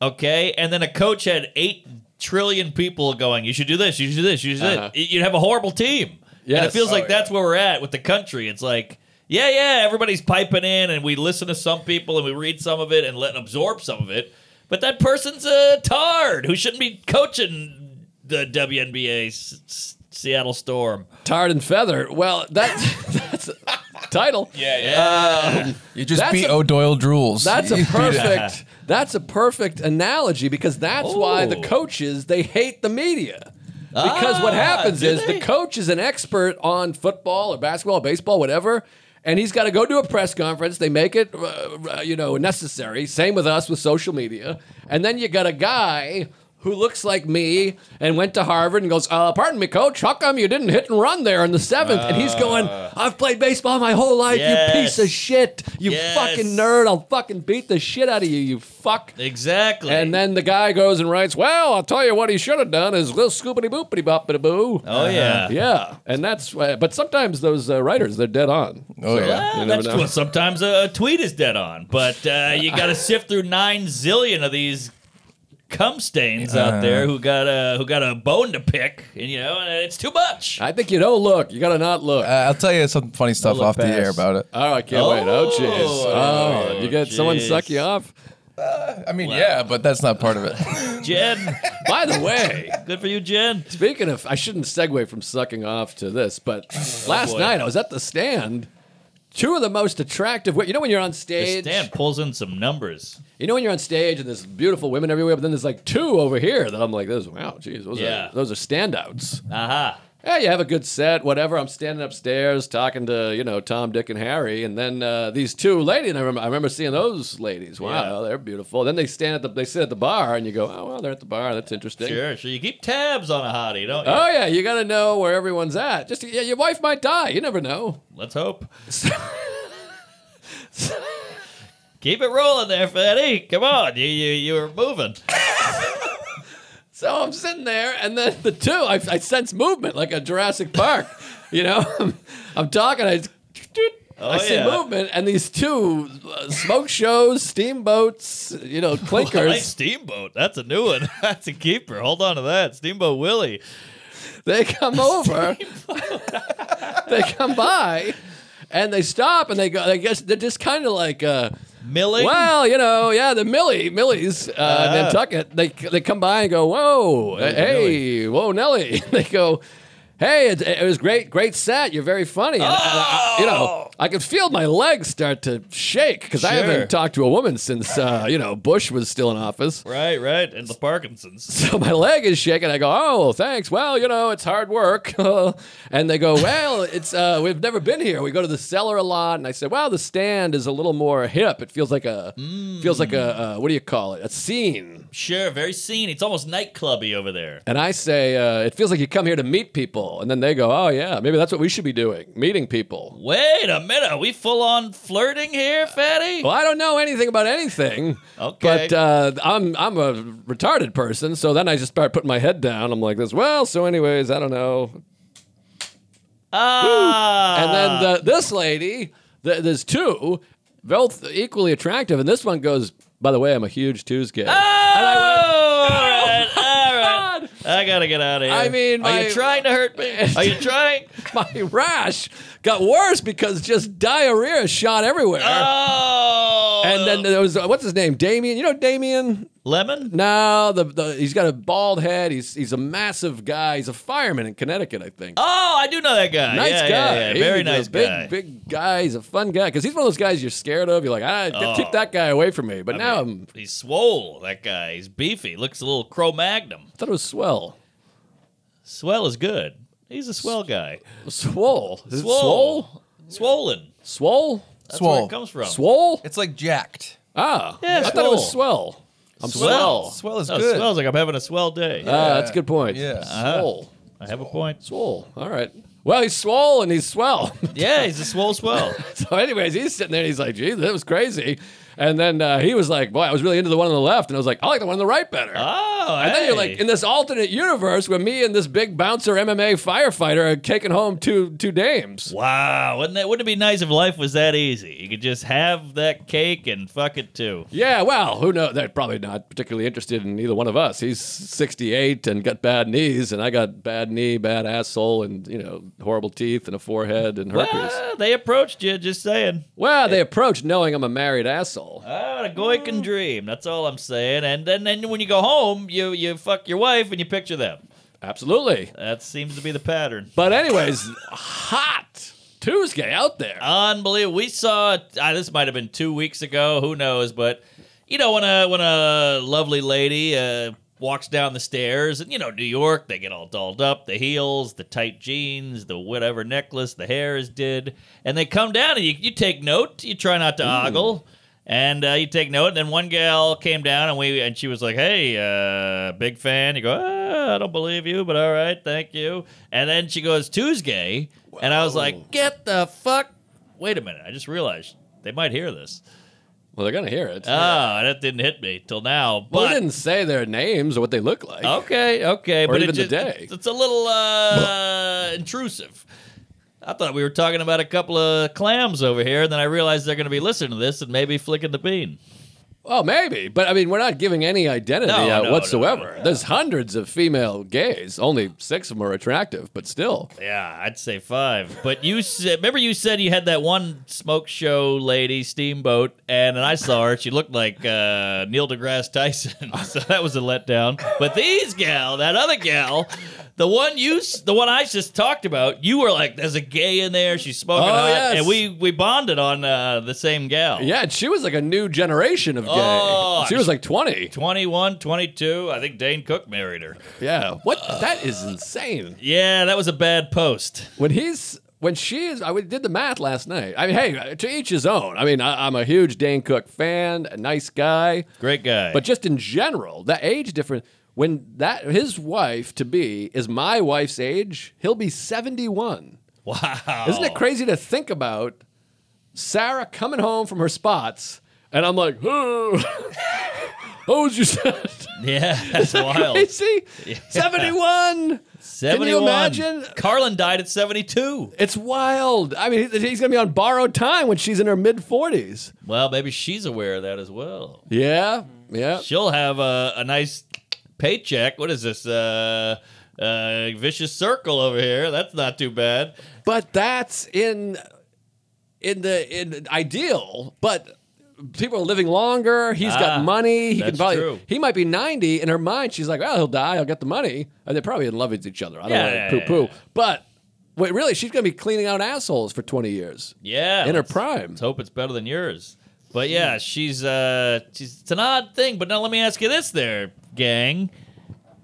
Speaker 2: okay, and then a coach had eight trillion people going, "You should do this, you should do this, you should do
Speaker 3: Uh-huh.
Speaker 2: that." You'd have a horrible team. Yeah, and it
Speaker 3: Yes.
Speaker 2: feels
Speaker 3: Oh,
Speaker 2: like
Speaker 3: yeah.
Speaker 2: that's where we're at with the country. It's like. Yeah, yeah, everybody's piping in, and we listen to some people, and we read some of it, and let absorb some of it. But that person's a tard who shouldn't be coaching the WNBA s- s- Seattle Storm.
Speaker 3: Tarred and feather. Well, that's that's a title.
Speaker 2: Yeah, yeah.
Speaker 5: You just
Speaker 3: That's
Speaker 5: beat
Speaker 3: a-
Speaker 5: O'Doyle drools.
Speaker 3: That's a
Speaker 5: You beat it.
Speaker 3: perfect. That's a perfect analogy because that's why the
Speaker 2: Oh.
Speaker 3: coaches they hate the media. Because what
Speaker 2: Ah,
Speaker 3: happens
Speaker 2: do
Speaker 3: is the
Speaker 2: they?
Speaker 3: coach is an expert on football or basketball, baseball, whatever, and he's got to go to a press conference. They make it, uh, uh, you know, necessary. Same with us with social media, and then you got a guy who looks like me and went to Harvard and goes, uh, "Pardon me, coach, how come you didn't hit and run there in the seventh? and he's going, "I've played baseball my whole life,
Speaker 2: Ah. Yes.
Speaker 3: you piece of shit, you
Speaker 2: Yes.
Speaker 3: fucking nerd. I'll fucking beat the shit out of you, you fuck."
Speaker 2: Exactly.
Speaker 3: And then the guy goes and writes, Well, I'll tell you what he should have done is little scoopity boopity boppity boo.
Speaker 2: oh yeah.
Speaker 3: Yeah. And that's, why- but sometimes those uh, writers, they're dead on.
Speaker 5: Oh, yeah.
Speaker 2: Ah,
Speaker 3: You never
Speaker 2: that's
Speaker 3: know.
Speaker 2: well, sometimes a, a tweet is dead on, but uh, you got to sift through nine zillion of these cum stains
Speaker 3: Uh-huh.
Speaker 2: out there who got a who got a bone to pick, and you know, and it's too much.
Speaker 3: I think you don't look. You got to not look.
Speaker 5: Uh, I'll tell you some funny stuff
Speaker 3: look
Speaker 5: off the
Speaker 3: past.
Speaker 5: air about it.
Speaker 3: oh, I can't wait. Oh, jeez.
Speaker 2: Oh,
Speaker 3: Oh, you got someone
Speaker 2: jeez.
Speaker 3: suck you off?
Speaker 5: I mean, yeah, but that's not part of it.
Speaker 3: Uh-huh.
Speaker 2: Jen,
Speaker 3: By the way,
Speaker 2: good for you, Jen.
Speaker 3: speaking of, I shouldn't segue from sucking off to this, but last
Speaker 2: Oh, boy.
Speaker 3: night I was at the stand. Two of the most attractive, wo- you know, when you're on stage,
Speaker 2: Stan pulls in some numbers.
Speaker 3: You know when you're on stage and there's beautiful women everywhere, but then there's like two over here that I'm like, this wow, geez, those are
Speaker 2: Yeah.
Speaker 3: those are standouts.
Speaker 2: Aha.
Speaker 3: Yeah, you have a good set, whatever. I'm standing upstairs talking to you know Tom, Dick, and Harry, and then uh, these two ladies. And I remember I remember seeing those ladies. Wow, they're beautiful. Then they stand at the they sit at the bar, and you go, oh well, they're at the bar. That's interesting.
Speaker 2: Sure, sure. You keep tabs on a hottie, don't you?
Speaker 3: Oh yeah, you got to know where everyone's at. Just yeah, your wife might die. You never know.
Speaker 2: Let's hope. Keep it rolling there, Fatty. Come on, you you you were moving.
Speaker 3: So I'm sitting there, and then the two, I, I sense movement like a Jurassic Park. you know, I'm, I'm talking, I, I see
Speaker 2: yeah.
Speaker 3: movement, and these two uh, smoke shows, steamboats, you know,
Speaker 2: I like
Speaker 3: clinkers,
Speaker 2: Steamboat. That's a new one. That's a keeper. Hold on to that. Steamboat Willie.
Speaker 3: they come over, they come by, and they stop, and they go, I guess they're just kind of like, uh,
Speaker 2: Milling.
Speaker 3: Well, you know, yeah, the Millie, Millies, uh, Nantucket, they they come by and go, whoa, uh, hey, whoa, Nelly. they go, hey, it, it was great, great set. You're very funny. And I- I- you know, I could feel my legs start to shake because I
Speaker 2: Sure.
Speaker 3: haven't talked to a woman since uh, you know Bush was still in office.
Speaker 2: Right, right. And the Parkinson's.
Speaker 3: So my leg is shaking. I go, oh, thanks. Well, you know, it's hard work. and they go, well, it's uh, we've never been here. We go to the cellar a lot. And I said, well, the stand is a little more hip. It feels like a feels like a uh, what do you call it? A scene.
Speaker 2: Sure, very seen. It's almost nightclubby over there.
Speaker 3: And I say, uh, it feels like you come here to meet people. And then they go, oh yeah, maybe that's what we should be doing, meeting people.
Speaker 2: Wait a minute. Are we full on flirting here, Fatty?
Speaker 3: Well, I don't know anything about anything.
Speaker 2: Okay.
Speaker 3: But uh, I'm I'm a retarded person, so then I just start putting my head down. I'm like this. Well, so anyways, I don't know.
Speaker 2: ah.
Speaker 3: And then the, this lady, th there's two, both equally attractive, and this one goes. By the way, I'm a huge Tuesday. And I
Speaker 2: Oh, all right, all right.
Speaker 3: went,
Speaker 2: I gotta get out of here.
Speaker 3: I mean,
Speaker 2: are
Speaker 3: my-
Speaker 2: you trying to hurt me? Are you trying?
Speaker 3: God, my rash got worse because just diarrhea shot everywhere.
Speaker 2: Oh.
Speaker 3: and then there was uh, what's his name, Damien. You know Damien?
Speaker 2: lemon.
Speaker 3: No, the, the he's got a bald head. He's he's a massive guy. He's a fireman in Connecticut, I think.
Speaker 2: Oh, I do know that guy.
Speaker 3: Nice
Speaker 2: Yeah,
Speaker 3: guy,
Speaker 2: yeah, yeah.
Speaker 3: He's
Speaker 2: Very
Speaker 3: a
Speaker 2: nice
Speaker 3: big,
Speaker 2: guy.
Speaker 3: Big guy. He's a fun guy because he's one of those guys you're scared of. You're like, ah,
Speaker 2: Oh.
Speaker 3: keep that guy away from me. But
Speaker 2: I
Speaker 3: now
Speaker 2: mean,
Speaker 3: I'm
Speaker 2: he's swole. That guy. He's beefy. Looks a little Cro-Magnum.
Speaker 3: I thought it was swell.
Speaker 2: Swell is good. He's a swell guy.
Speaker 3: Swole. Is it
Speaker 2: Swole.
Speaker 3: swole?
Speaker 2: Swollen.
Speaker 3: Swole?
Speaker 2: That's where
Speaker 5: Swole.
Speaker 2: it comes from.
Speaker 3: Swole?
Speaker 5: It's like jacked.
Speaker 3: Ah.
Speaker 2: Yeah,
Speaker 3: I thought it was
Speaker 2: swole.
Speaker 3: swell. I'm swell.
Speaker 2: Swell.
Speaker 5: Swell is
Speaker 2: No,
Speaker 5: good.
Speaker 2: swell's like I'm having a swell day.
Speaker 3: Ah, that's a good point.
Speaker 5: Yeah.
Speaker 3: Swole.
Speaker 2: I have a point.
Speaker 3: Swole. All right. Well, he's swole and he's swell.
Speaker 2: Yeah, he's a swole swell.
Speaker 3: so, anyways, he's sitting there and he's like, geez, that was crazy. And then uh, he was like, boy, I was really into the one on the left. And I was like, I like the one on the right better.
Speaker 2: Oh,
Speaker 3: And then you're
Speaker 2: hey.
Speaker 3: like in this alternate universe where me and this big bouncer MMA firefighter are taking home two two dames.
Speaker 2: Wow, wouldn't that wouldn't it be nice if life was that easy? You could just have that cake and fuck it too.
Speaker 3: Yeah, well, who knows? They're probably not particularly interested in either one of us. He's 68 and got bad knees, and I got bad knee, bad asshole, and you know, horrible teeth and a forehead and herpes.
Speaker 2: Ah, they approached you, just saying.
Speaker 3: Well, they approached knowing I'm a married asshole.
Speaker 2: Ah, a goy can dream. That's all I'm saying. And then, then when you go home, you you fuck your wife and you picture them.
Speaker 3: Absolutely.
Speaker 2: That seems to be the pattern.
Speaker 3: But anyways, hot Tuesday out there.
Speaker 2: Uh, Unbelievable. We saw ah, this might have been two weeks ago. Who knows? But you know when a when a lovely lady uh, walks down the stairs, and you know New York, they get all dolled up, the heels, the tight jeans, the whatever necklace, the hair is did, and they come down, and you, you take note, you try not to ogle. And uh, you take note. And then one gal came down, and we and she was like, "Hey, uh, big fan." You go, ah, "I don't believe you, but all right, thank you." And then she goes, "Tuesday," and I was like, "Get the fuck!" Wait a minute, I just realized they might hear this.
Speaker 3: Well, they're gonna hear it.
Speaker 2: Ah, that didn't hit me till now.
Speaker 3: well, they
Speaker 2: But
Speaker 3: didn't say their names or what they look like.
Speaker 2: okay, okay,
Speaker 3: Or
Speaker 2: but
Speaker 3: even
Speaker 2: it
Speaker 3: the
Speaker 2: just,
Speaker 3: day.
Speaker 2: It's, it's a little uh, intrusive. I thought we were talking about a couple of clams over here, and then I realized they're going to be listening to this and maybe flicking the bean.
Speaker 3: Well, maybe, but I mean, we're not giving any identity
Speaker 2: No,
Speaker 3: out
Speaker 2: no,
Speaker 3: whatsoever.
Speaker 2: no, no, no.
Speaker 3: There's hundreds of female gays. Only six of them are attractive, but still.
Speaker 2: Yeah, I'd say five. But you said, remember you said you had that one smoke show lady, Steamboat, and, and I saw her. She looked like uh, Neil deGrasse Tyson, so that was a letdown. But these gal, that other gal, the one you, s- the one I just talked about, you were like, "There's a gay in there. She's smoking
Speaker 3: Oh,
Speaker 2: hot,"
Speaker 3: yes.
Speaker 2: and we we bonded on uh, the same gal.
Speaker 3: Yeah, and she was like a new generation of gay.
Speaker 2: Oh,
Speaker 3: she was like 20.
Speaker 2: 21, 22. I think Dane Cook married her.
Speaker 3: Yeah. What? that is insane.
Speaker 2: Yeah, that was a bad post.
Speaker 3: When he's. When she is, I we did the math last night. I mean, hey, uh, to each his own. I mean, I, I'm a huge Dane Cook fan, a nice guy.
Speaker 2: Great guy.
Speaker 3: But just in general, that age difference. When that his wife to be is my wife's age, he'll be seventy one.
Speaker 2: wow,
Speaker 3: Isn't it crazy to think about Sarah coming home from her spots? And I'm like, oh, how was your set?
Speaker 2: Yeah, that's wild.
Speaker 3: Crazy? 71. Can you
Speaker 2: 71.
Speaker 3: imagine?
Speaker 2: Carlin died at 72.
Speaker 3: It's wild. I mean, he- he's going to be on borrowed time when she's in her mid 40s.
Speaker 2: Well, maybe she's aware of that as well.
Speaker 3: Yeah. Yeah.
Speaker 2: She'll have a, a nice paycheck. What is this? Uh, uh, vicious circle over here. That's not too bad.
Speaker 3: but that's in in the in ideal but people are living longer he's
Speaker 2: Ah,
Speaker 3: got money he
Speaker 2: that's
Speaker 3: can probably
Speaker 2: true.
Speaker 3: he might be 90 in her mind she's like well he'll die i'll get the money and they're probably in love with each other i don't
Speaker 2: Yeah,
Speaker 3: know
Speaker 2: yeah,
Speaker 3: poo poo
Speaker 2: yeah.
Speaker 3: but wait really she's going to be cleaning out assholes for 20 years
Speaker 2: Yeah.
Speaker 3: in her
Speaker 2: let's-
Speaker 3: prime
Speaker 2: Let's hope it's better than yours. But yeah, she's uh she's it's an odd thing, but now let me ask you this there, gang.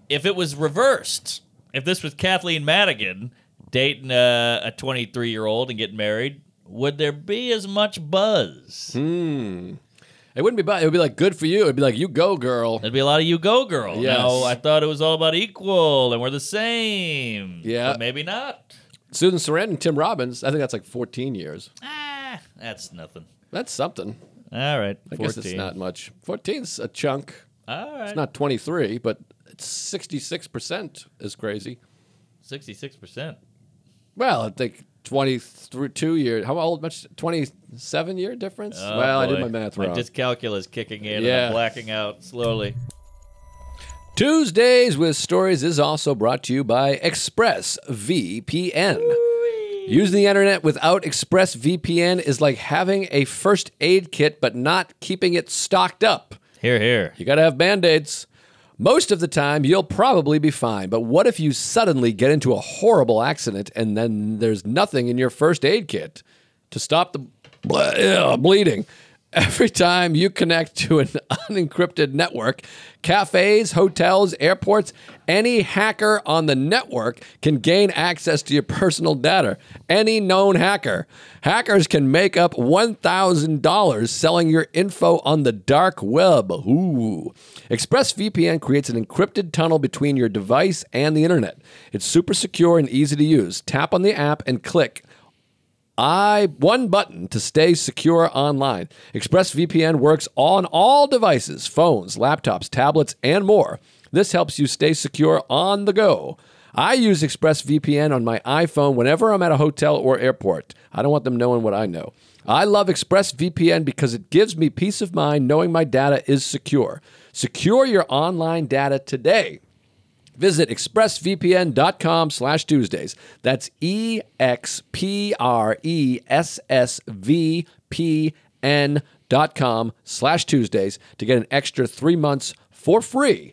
Speaker 2: If it was reversed, if this was Kathleen Madigan dating uh, a 23 year old and getting married, would there be as much buzz?
Speaker 3: it wouldn't be bad it would be like good for you it'd be like you go girl
Speaker 2: There'd be a lot of you go girl.
Speaker 3: Yes.
Speaker 2: No, I thought it was all about equal and we're the same.
Speaker 3: Yeah.
Speaker 2: But maybe not.
Speaker 3: susan sarandon and tim robbins i think that's like 14 years
Speaker 2: Ah, that's nothing.
Speaker 3: that's something
Speaker 2: All right.
Speaker 3: i
Speaker 2: 14.
Speaker 3: guess it's not much 14's a chunk
Speaker 2: All right.
Speaker 3: It's not 23, but it's 66% is crazy.
Speaker 2: 66%.
Speaker 3: Well, I think 22 year, how old much? 27 year difference?
Speaker 2: Oh,
Speaker 3: well, I
Speaker 2: boy.
Speaker 3: did my math
Speaker 2: My
Speaker 3: wrong.
Speaker 2: dyscalcula's kicking in and
Speaker 3: Yeah.
Speaker 2: I'm blacking out slowly.
Speaker 3: Tuesdays with Stories is also brought to you by ExpressVPN. Using the internet without ExpressVPN is like having a first aid kit but not keeping it stocked up.
Speaker 2: Here, here.
Speaker 3: You got to have band aids. Most of the time, you'll probably be fine. But what if you suddenly get into a horrible accident and then there's nothing in your first aid kit to stop the ble- ugh, bleeding? Every time you connect to an unencrypted network, cafes, hotels, airports, any hacker on the network can gain access to your personal data. Any known hacker. Hackers can make up $1,000 selling your info on the dark web. Ooh. ExpressVPN creates an encrypted tunnel between your device and the internet. It's super secure and easy to use. Tap on the app and click I one button to stay secure online. ExpressVPN works on all devices, phones, laptops, tablets, and more. This helps you stay secure on the go. I use ExpressVPN on my iPhone whenever I'm at a hotel or airport. I don't want them knowing what I know. I love ExpressVPN because it gives me peace of mind knowing my data is secure. Secure your online data today. Visit expressvpn.com slash Tuesdays. That's E X P R E S S V P N dot com slash Tuesdays to get an extra three months for free.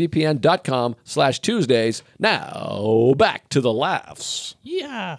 Speaker 3: ExpressVPN.com slash Tuesdays. Now back to the laughs.
Speaker 2: Yeah.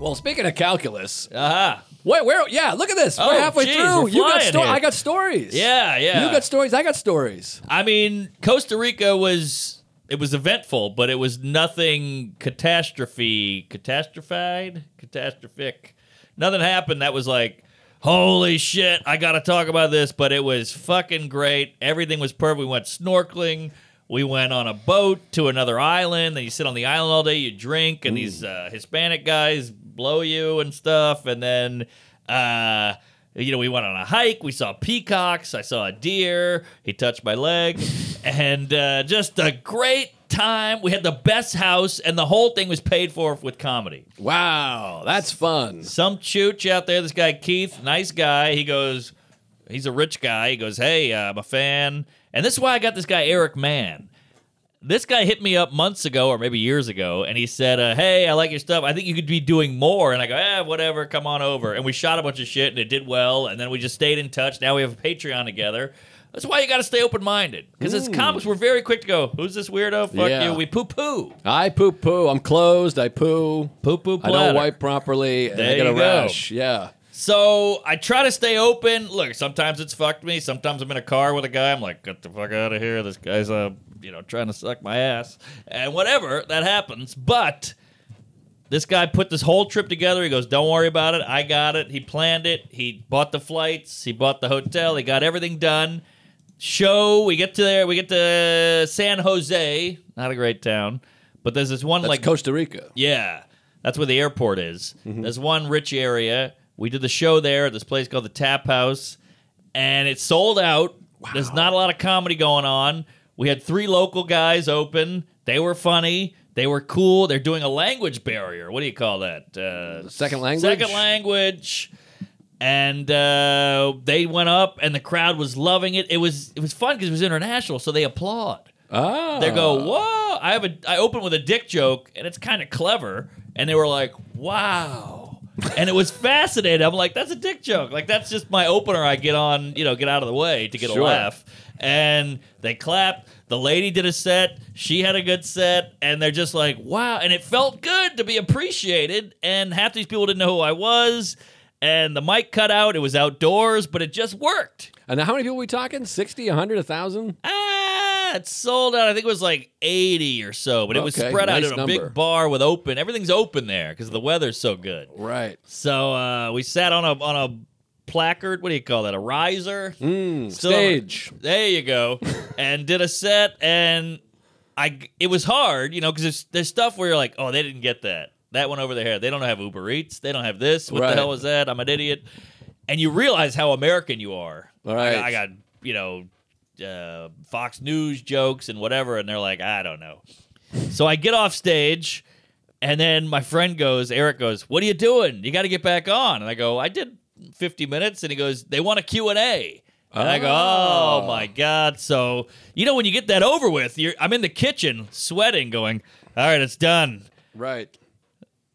Speaker 3: Well, speaking of calculus,
Speaker 2: Aha.
Speaker 3: wait, where? Yeah, look at this.
Speaker 2: Oh,
Speaker 3: we're halfway
Speaker 2: geez,
Speaker 3: through.
Speaker 2: we're
Speaker 3: you got
Speaker 2: flying
Speaker 3: sto-
Speaker 2: here.
Speaker 3: I got stories.
Speaker 2: Yeah, yeah.
Speaker 3: You got stories. I got stories.
Speaker 2: I mean, Costa Rica was it was eventful, but it was nothing catastrophe, catastrophied, catastrophic. Nothing happened that was like, holy shit, I got to talk about this. But it was fucking great. Everything was perfect. We went snorkeling. We went on a boat to another island. Then you sit on the island all day. You drink, and these uh, Hispanic guys blow you and stuff. And then. Uh, you know, we went on a hike. We saw peacocks. I saw a deer. He touched my leg, and uh, just a great time. We had the best house, and the whole thing was paid for with comedy.
Speaker 3: Wow, that's fun.
Speaker 2: Some chooch out there, this guy Keith, nice guy. He goes, he's a rich guy. He goes, hey, uh, I'm a fan, and this is why I got this guy Eric Mann. This guy hit me up months ago, or maybe years ago, and he said, uh, "Hey, I like your stuff. I think you could be doing more." And I go, "Eh, whatever. Come on over." And we shot a bunch of shit, and it did well. And then we just stayed in touch. Now we have a Patreon together. That's why you got to stay open minded, because as comics, we're very quick to go, "Who's this weirdo? Fuck
Speaker 3: Yeah.
Speaker 2: you." We poo poo,
Speaker 3: I poo poo. I'm closed. I poo.
Speaker 2: poo poo.
Speaker 3: I don't wipe properly. And I
Speaker 2: There
Speaker 3: get a
Speaker 2: you go.
Speaker 3: rash. Yeah.
Speaker 2: So I try to stay open. Look, sometimes it's fucked me. Sometimes I'm in a car with a guy. I'm like, get the fuck out of here. This guy's, uh, you know, trying to suck my ass. And whatever, that happens. But this guy put this whole trip together. He goes, don't worry about it. I got it. He planned it. He bought the flights. He bought the hotel. He got everything done. Show. We get to there. We get to San Jose. Not a great town. But there's this one
Speaker 3: That's
Speaker 2: like
Speaker 3: Costa Rica.
Speaker 2: yeah, that's where the airport is.
Speaker 3: Mm-hmm.
Speaker 2: There's one rich area. We did the show there at this place called the Tap House, and it sold out. There's not a lot of comedy going on. We had three local guys open. They were funny. They were cool. They're doing a language barrier. What do you call that? Uh,
Speaker 3: Second language?
Speaker 2: Second language. And uh, they went up, and the crowd was loving it. It was it was fun because it was international, so they applaud.
Speaker 3: Ah.
Speaker 2: They go, "Whoa!" I have a I opened with a dick joke, and it's kind of clever. And they were like, "Wow!" and it was fascinating. I'm like, "That's a dick joke. Like that's just my opener. I get on, you know, get out of the way to get
Speaker 3: Sure.
Speaker 2: a laugh." And they clapped. The lady did a set. She had a good set, and they're just like, "Wow!" And it felt good to be appreciated. And half these people didn't know who I was. And the mic cut out. It was outdoors, but it just worked.
Speaker 3: And how many people we talking? 60, 100, 1,000?
Speaker 2: Ah, it sold out. I think it was like 80 or so, but it was
Speaker 3: Okay,
Speaker 2: spread out
Speaker 3: nice
Speaker 2: in a
Speaker 3: number.
Speaker 2: big bar with open. Everything's open there because the weather's so good.
Speaker 3: Right.
Speaker 2: So uh, we sat on a on a placard. What do you call that? A riser.
Speaker 3: Mm,
Speaker 2: Still on-
Speaker 3: stage.
Speaker 2: There you go. and did a set, and I it was hard, you know, because there's, there's stuff where you're like, oh, they didn't get that. That went over their head. They don't have Uber Eats. They don't have this. What
Speaker 3: Right.
Speaker 2: the hell was that? I'm an idiot. And you realize how American you are.
Speaker 3: All
Speaker 2: I
Speaker 3: right.
Speaker 2: got, I got you know, uh, Fox News jokes and whatever, and they're like, I don't know. So I get off stage, and then my friend goes, Eric goes, "What are you doing? You got to get back on." And I go, "I did 50 minutes." And he goes, "They want a Q and A." And I go, "Oh my god!" So you know when you get that over with, you're I'm in the kitchen sweating, going, "All right, it's done."
Speaker 3: Right.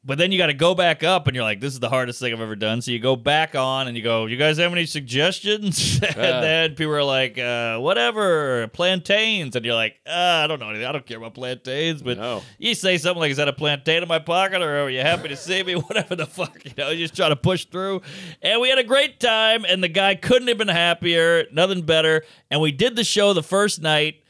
Speaker 2: But then you got to go back up, and you're like, "This is the hardest thing I've ever done." So you go back on, and you go, "You guys have any suggestions?" and
Speaker 3: Yeah.
Speaker 2: then people are like, uh, "Whatever, plantains," and you're like, uh, "I don't know anything. I don't care about plantains." But
Speaker 3: No.
Speaker 2: you say something like, "Is that a plantain in my pocket?" or "Are you happy to see me?" Whatever the fuck, you know, you just try to push through. And we had a great time, and the guy couldn't have been happier. Nothing better. And we did the show the first night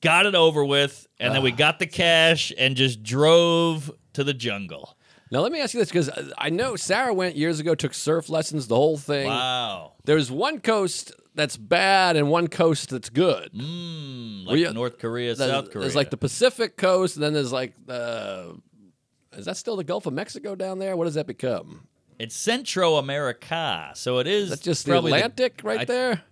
Speaker 2: got it over with, and
Speaker 3: Ah.
Speaker 2: then we got the cash and just drove to the jungle.
Speaker 3: Now, let me ask you this because I know Sarah went years ago, took surf lessons, the whole thing.
Speaker 2: Wow.
Speaker 3: There's one coast that's bad and one coast that's good.
Speaker 2: Mm,
Speaker 3: Were
Speaker 2: Like
Speaker 3: you-
Speaker 2: North Korea,
Speaker 3: There's-
Speaker 2: South Korea.
Speaker 3: There's like the Pacific coast, and then there's like the. Is that still the Gulf of Mexico down there? What does that become?
Speaker 2: it's Centro America, so it is.
Speaker 3: Is that just the
Speaker 2: probably
Speaker 3: Atlantic right
Speaker 2: I-
Speaker 3: there?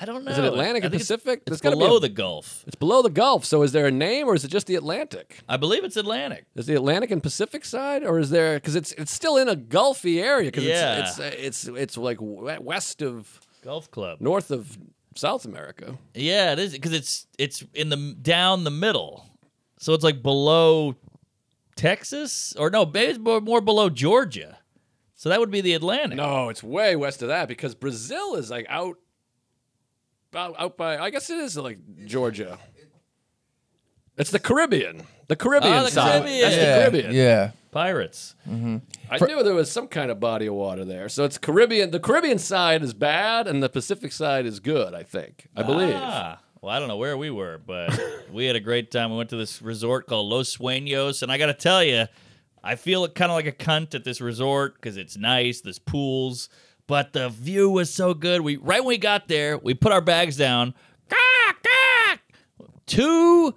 Speaker 2: I don't know.
Speaker 3: Is it Atlantic
Speaker 2: I
Speaker 3: or
Speaker 2: think it's-
Speaker 3: Pacific?
Speaker 2: It's,
Speaker 3: There's gotta be
Speaker 2: below
Speaker 3: a-
Speaker 2: the Gulf.
Speaker 3: It's below the Gulf, so is there a name or is it just the Atlantic?
Speaker 2: I believe it's Atlantic.
Speaker 3: Is the Atlantic and Pacific side, or is there because it's it's still in a gulfy area because
Speaker 2: Yeah.
Speaker 3: it's, uh, it's it's it's like we- west of
Speaker 2: Golf Club.
Speaker 3: north of South America.
Speaker 2: Yeah, it is because it's it's in the down the middle, so it's like below Texas or no, maybe it's more more below Georgia. So that would be the Atlantic.
Speaker 3: No, Oh, it's way west of that because Brazil is like out out, out by I guess it is like Georgia. It's the Caribbean. The Caribbean
Speaker 2: Ah, the
Speaker 3: solid.
Speaker 2: Caribbean.
Speaker 3: That's
Speaker 5: yeah,
Speaker 3: the Caribbean.
Speaker 5: yeah.
Speaker 2: Pirates.
Speaker 3: I knew there was some kind of body of water there. So it's Caribbean. The Caribbean side is bad, and the Pacific side is good. I think. I believe.
Speaker 2: Ah, well, I don't know where we were, but we had a great time. We went to this resort called Los Sueños, and I got to tell you, I feel kind of like a cunt at this resort because it's nice, there's pools, but the view was so good. We right when we got there, we put our bags down. Cack, cack. Two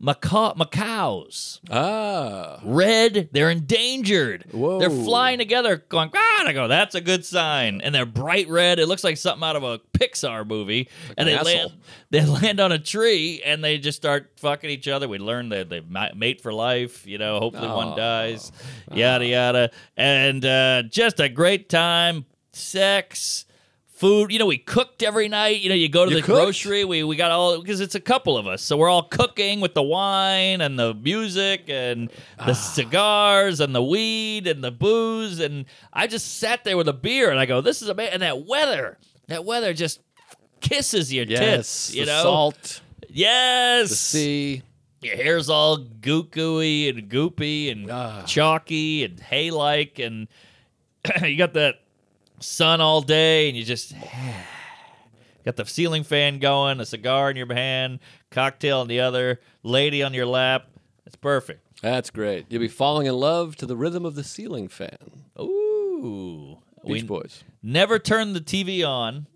Speaker 2: macaw macaws,
Speaker 3: Ah.
Speaker 2: red. They're endangered.
Speaker 3: Whoa.
Speaker 2: They're flying together, going. Ah, and I go. That's a good sign. And they're bright red. It looks like something out of a Pixar movie.
Speaker 3: an
Speaker 2: and they
Speaker 3: asshole.
Speaker 2: land. They land on a tree and they just start fucking each other. We learn that they ma- mate for life. You know, hopefully
Speaker 3: Oh.
Speaker 2: one dies.
Speaker 3: Ah.
Speaker 2: Yada yada. And uh, just a great time. Sex. Food, you know, we cooked every night. You know, you go to
Speaker 3: You
Speaker 2: the
Speaker 3: cooked?
Speaker 2: grocery. We we got all because it's a couple of us, so we're all cooking with the wine and the music and
Speaker 3: Ah.
Speaker 2: the cigars and the weed and the booze. And I just sat there with a beer and I go, "This is amazing." And that weather, that weather just kisses your
Speaker 3: Yes.
Speaker 2: tits. You
Speaker 3: the
Speaker 2: know,
Speaker 3: Salt.
Speaker 2: yes.
Speaker 3: The sea.
Speaker 2: Your hair's all goo-gooey and goopy and
Speaker 3: Ah.
Speaker 2: chalky and hay-like, and you got that sun all day, and you just got the ceiling fan going, a cigar in your hand, cocktail in the other, lady on your lap. It's perfect.
Speaker 3: That's great. You'll be falling in love to the rhythm of the ceiling fan.
Speaker 2: Ooh,
Speaker 3: Beach
Speaker 2: we
Speaker 3: Boys.
Speaker 2: never turned the TV on.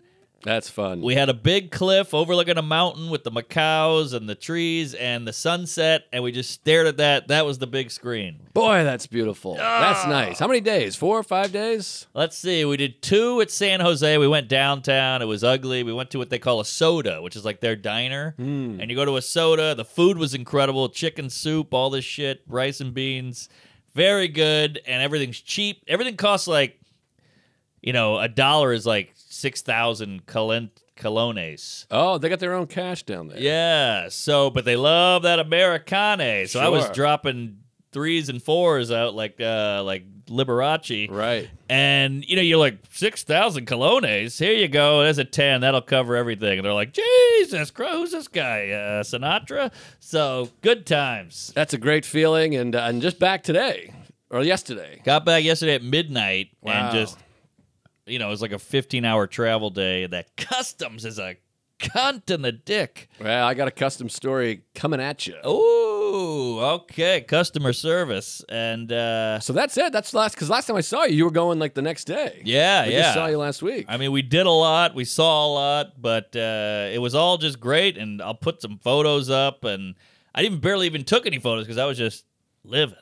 Speaker 3: That's fun.
Speaker 2: We had a big cliff overlooking a mountain with the macaws and the trees and the sunset, and we just stared at that. That was the big screen.
Speaker 3: Boy, that's beautiful.
Speaker 2: Ah.
Speaker 3: That's nice. How many days? Four or five days?
Speaker 2: Let's see. We did two at San Jose. We went downtown. It was ugly. We went to what they call a soda, which is like their diner. And you go to a soda. The food was incredible chicken soup, all this shit, rice and beans. Very good. And everything's cheap. Everything costs like, you know, a dollar is like 6,000 colon- colones.
Speaker 3: Oh, they got their own cash down there.
Speaker 2: Yeah. So, but they love that Americane. So I was
Speaker 3: Sure.
Speaker 2: dropping threes and fours out like, uh, like Liberace.
Speaker 3: Right.
Speaker 2: And you know, you're like six thousand colones. Here you go. There's a ten. That'll cover everything. And they're like, Jesus Christ, who's this guy? Uh, Sinatra. So good times.
Speaker 3: That's a great feeling. And, uh, and just back today or yesterday.
Speaker 2: Got back yesterday at midnight
Speaker 3: Wow.
Speaker 2: and just, you know, it was like a 15 hour travel day. And that customs is a cunt in the dick.
Speaker 3: Well, I got a custom story coming at you.
Speaker 2: Ooh, okay, customer service and uh,
Speaker 3: So that's it. That's last because last time I saw you, you were going like the next day.
Speaker 2: yeah,
Speaker 3: I
Speaker 2: yeah.
Speaker 3: just saw you last week.
Speaker 2: I mean, we did a lot, we saw a lot, but uh, it was all just great. And I'll put some photos up, and I even barely even took any photos because I was just living.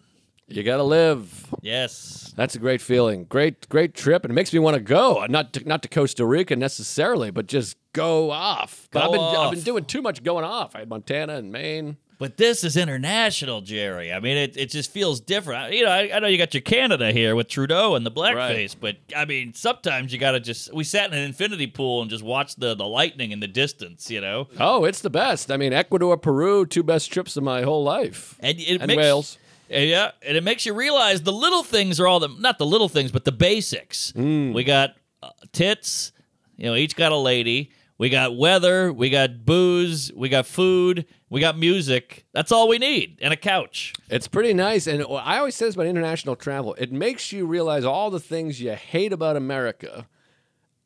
Speaker 3: you gotta live.
Speaker 2: Yes,
Speaker 3: That's a great feeling. Great, great trip, and it makes me want to go. Not to, not to Costa Rica necessarily, but just go off. But
Speaker 2: Go
Speaker 3: I've been I've
Speaker 2: off.
Speaker 3: been doing too much going off. I had Montana and Maine.
Speaker 2: but this is international, Jerry. I mean, it, it just feels different. I- You know, I, I know you got your Canada here with Trudeau and the blackface, but I mean, sometimes you gotta just. We sat in an infinity pool and just watched the the lightning in the distance. You know,
Speaker 3: Oh, it's the best. I mean, Ecuador, Peru, two best trips of my whole life.
Speaker 2: and it
Speaker 3: And
Speaker 2: makes,
Speaker 3: Wales.
Speaker 2: Uh, Yeah, and it makes you realize the little things are all the not the little things, but the basics.
Speaker 3: Mm.
Speaker 2: We got uh, tits, you know, each got a lady. We got weather, we got booze, we got food, we got music. That's all we need, and a couch.
Speaker 3: It's pretty nice, and I always say this about international travel. It makes you realize all the things you hate about America,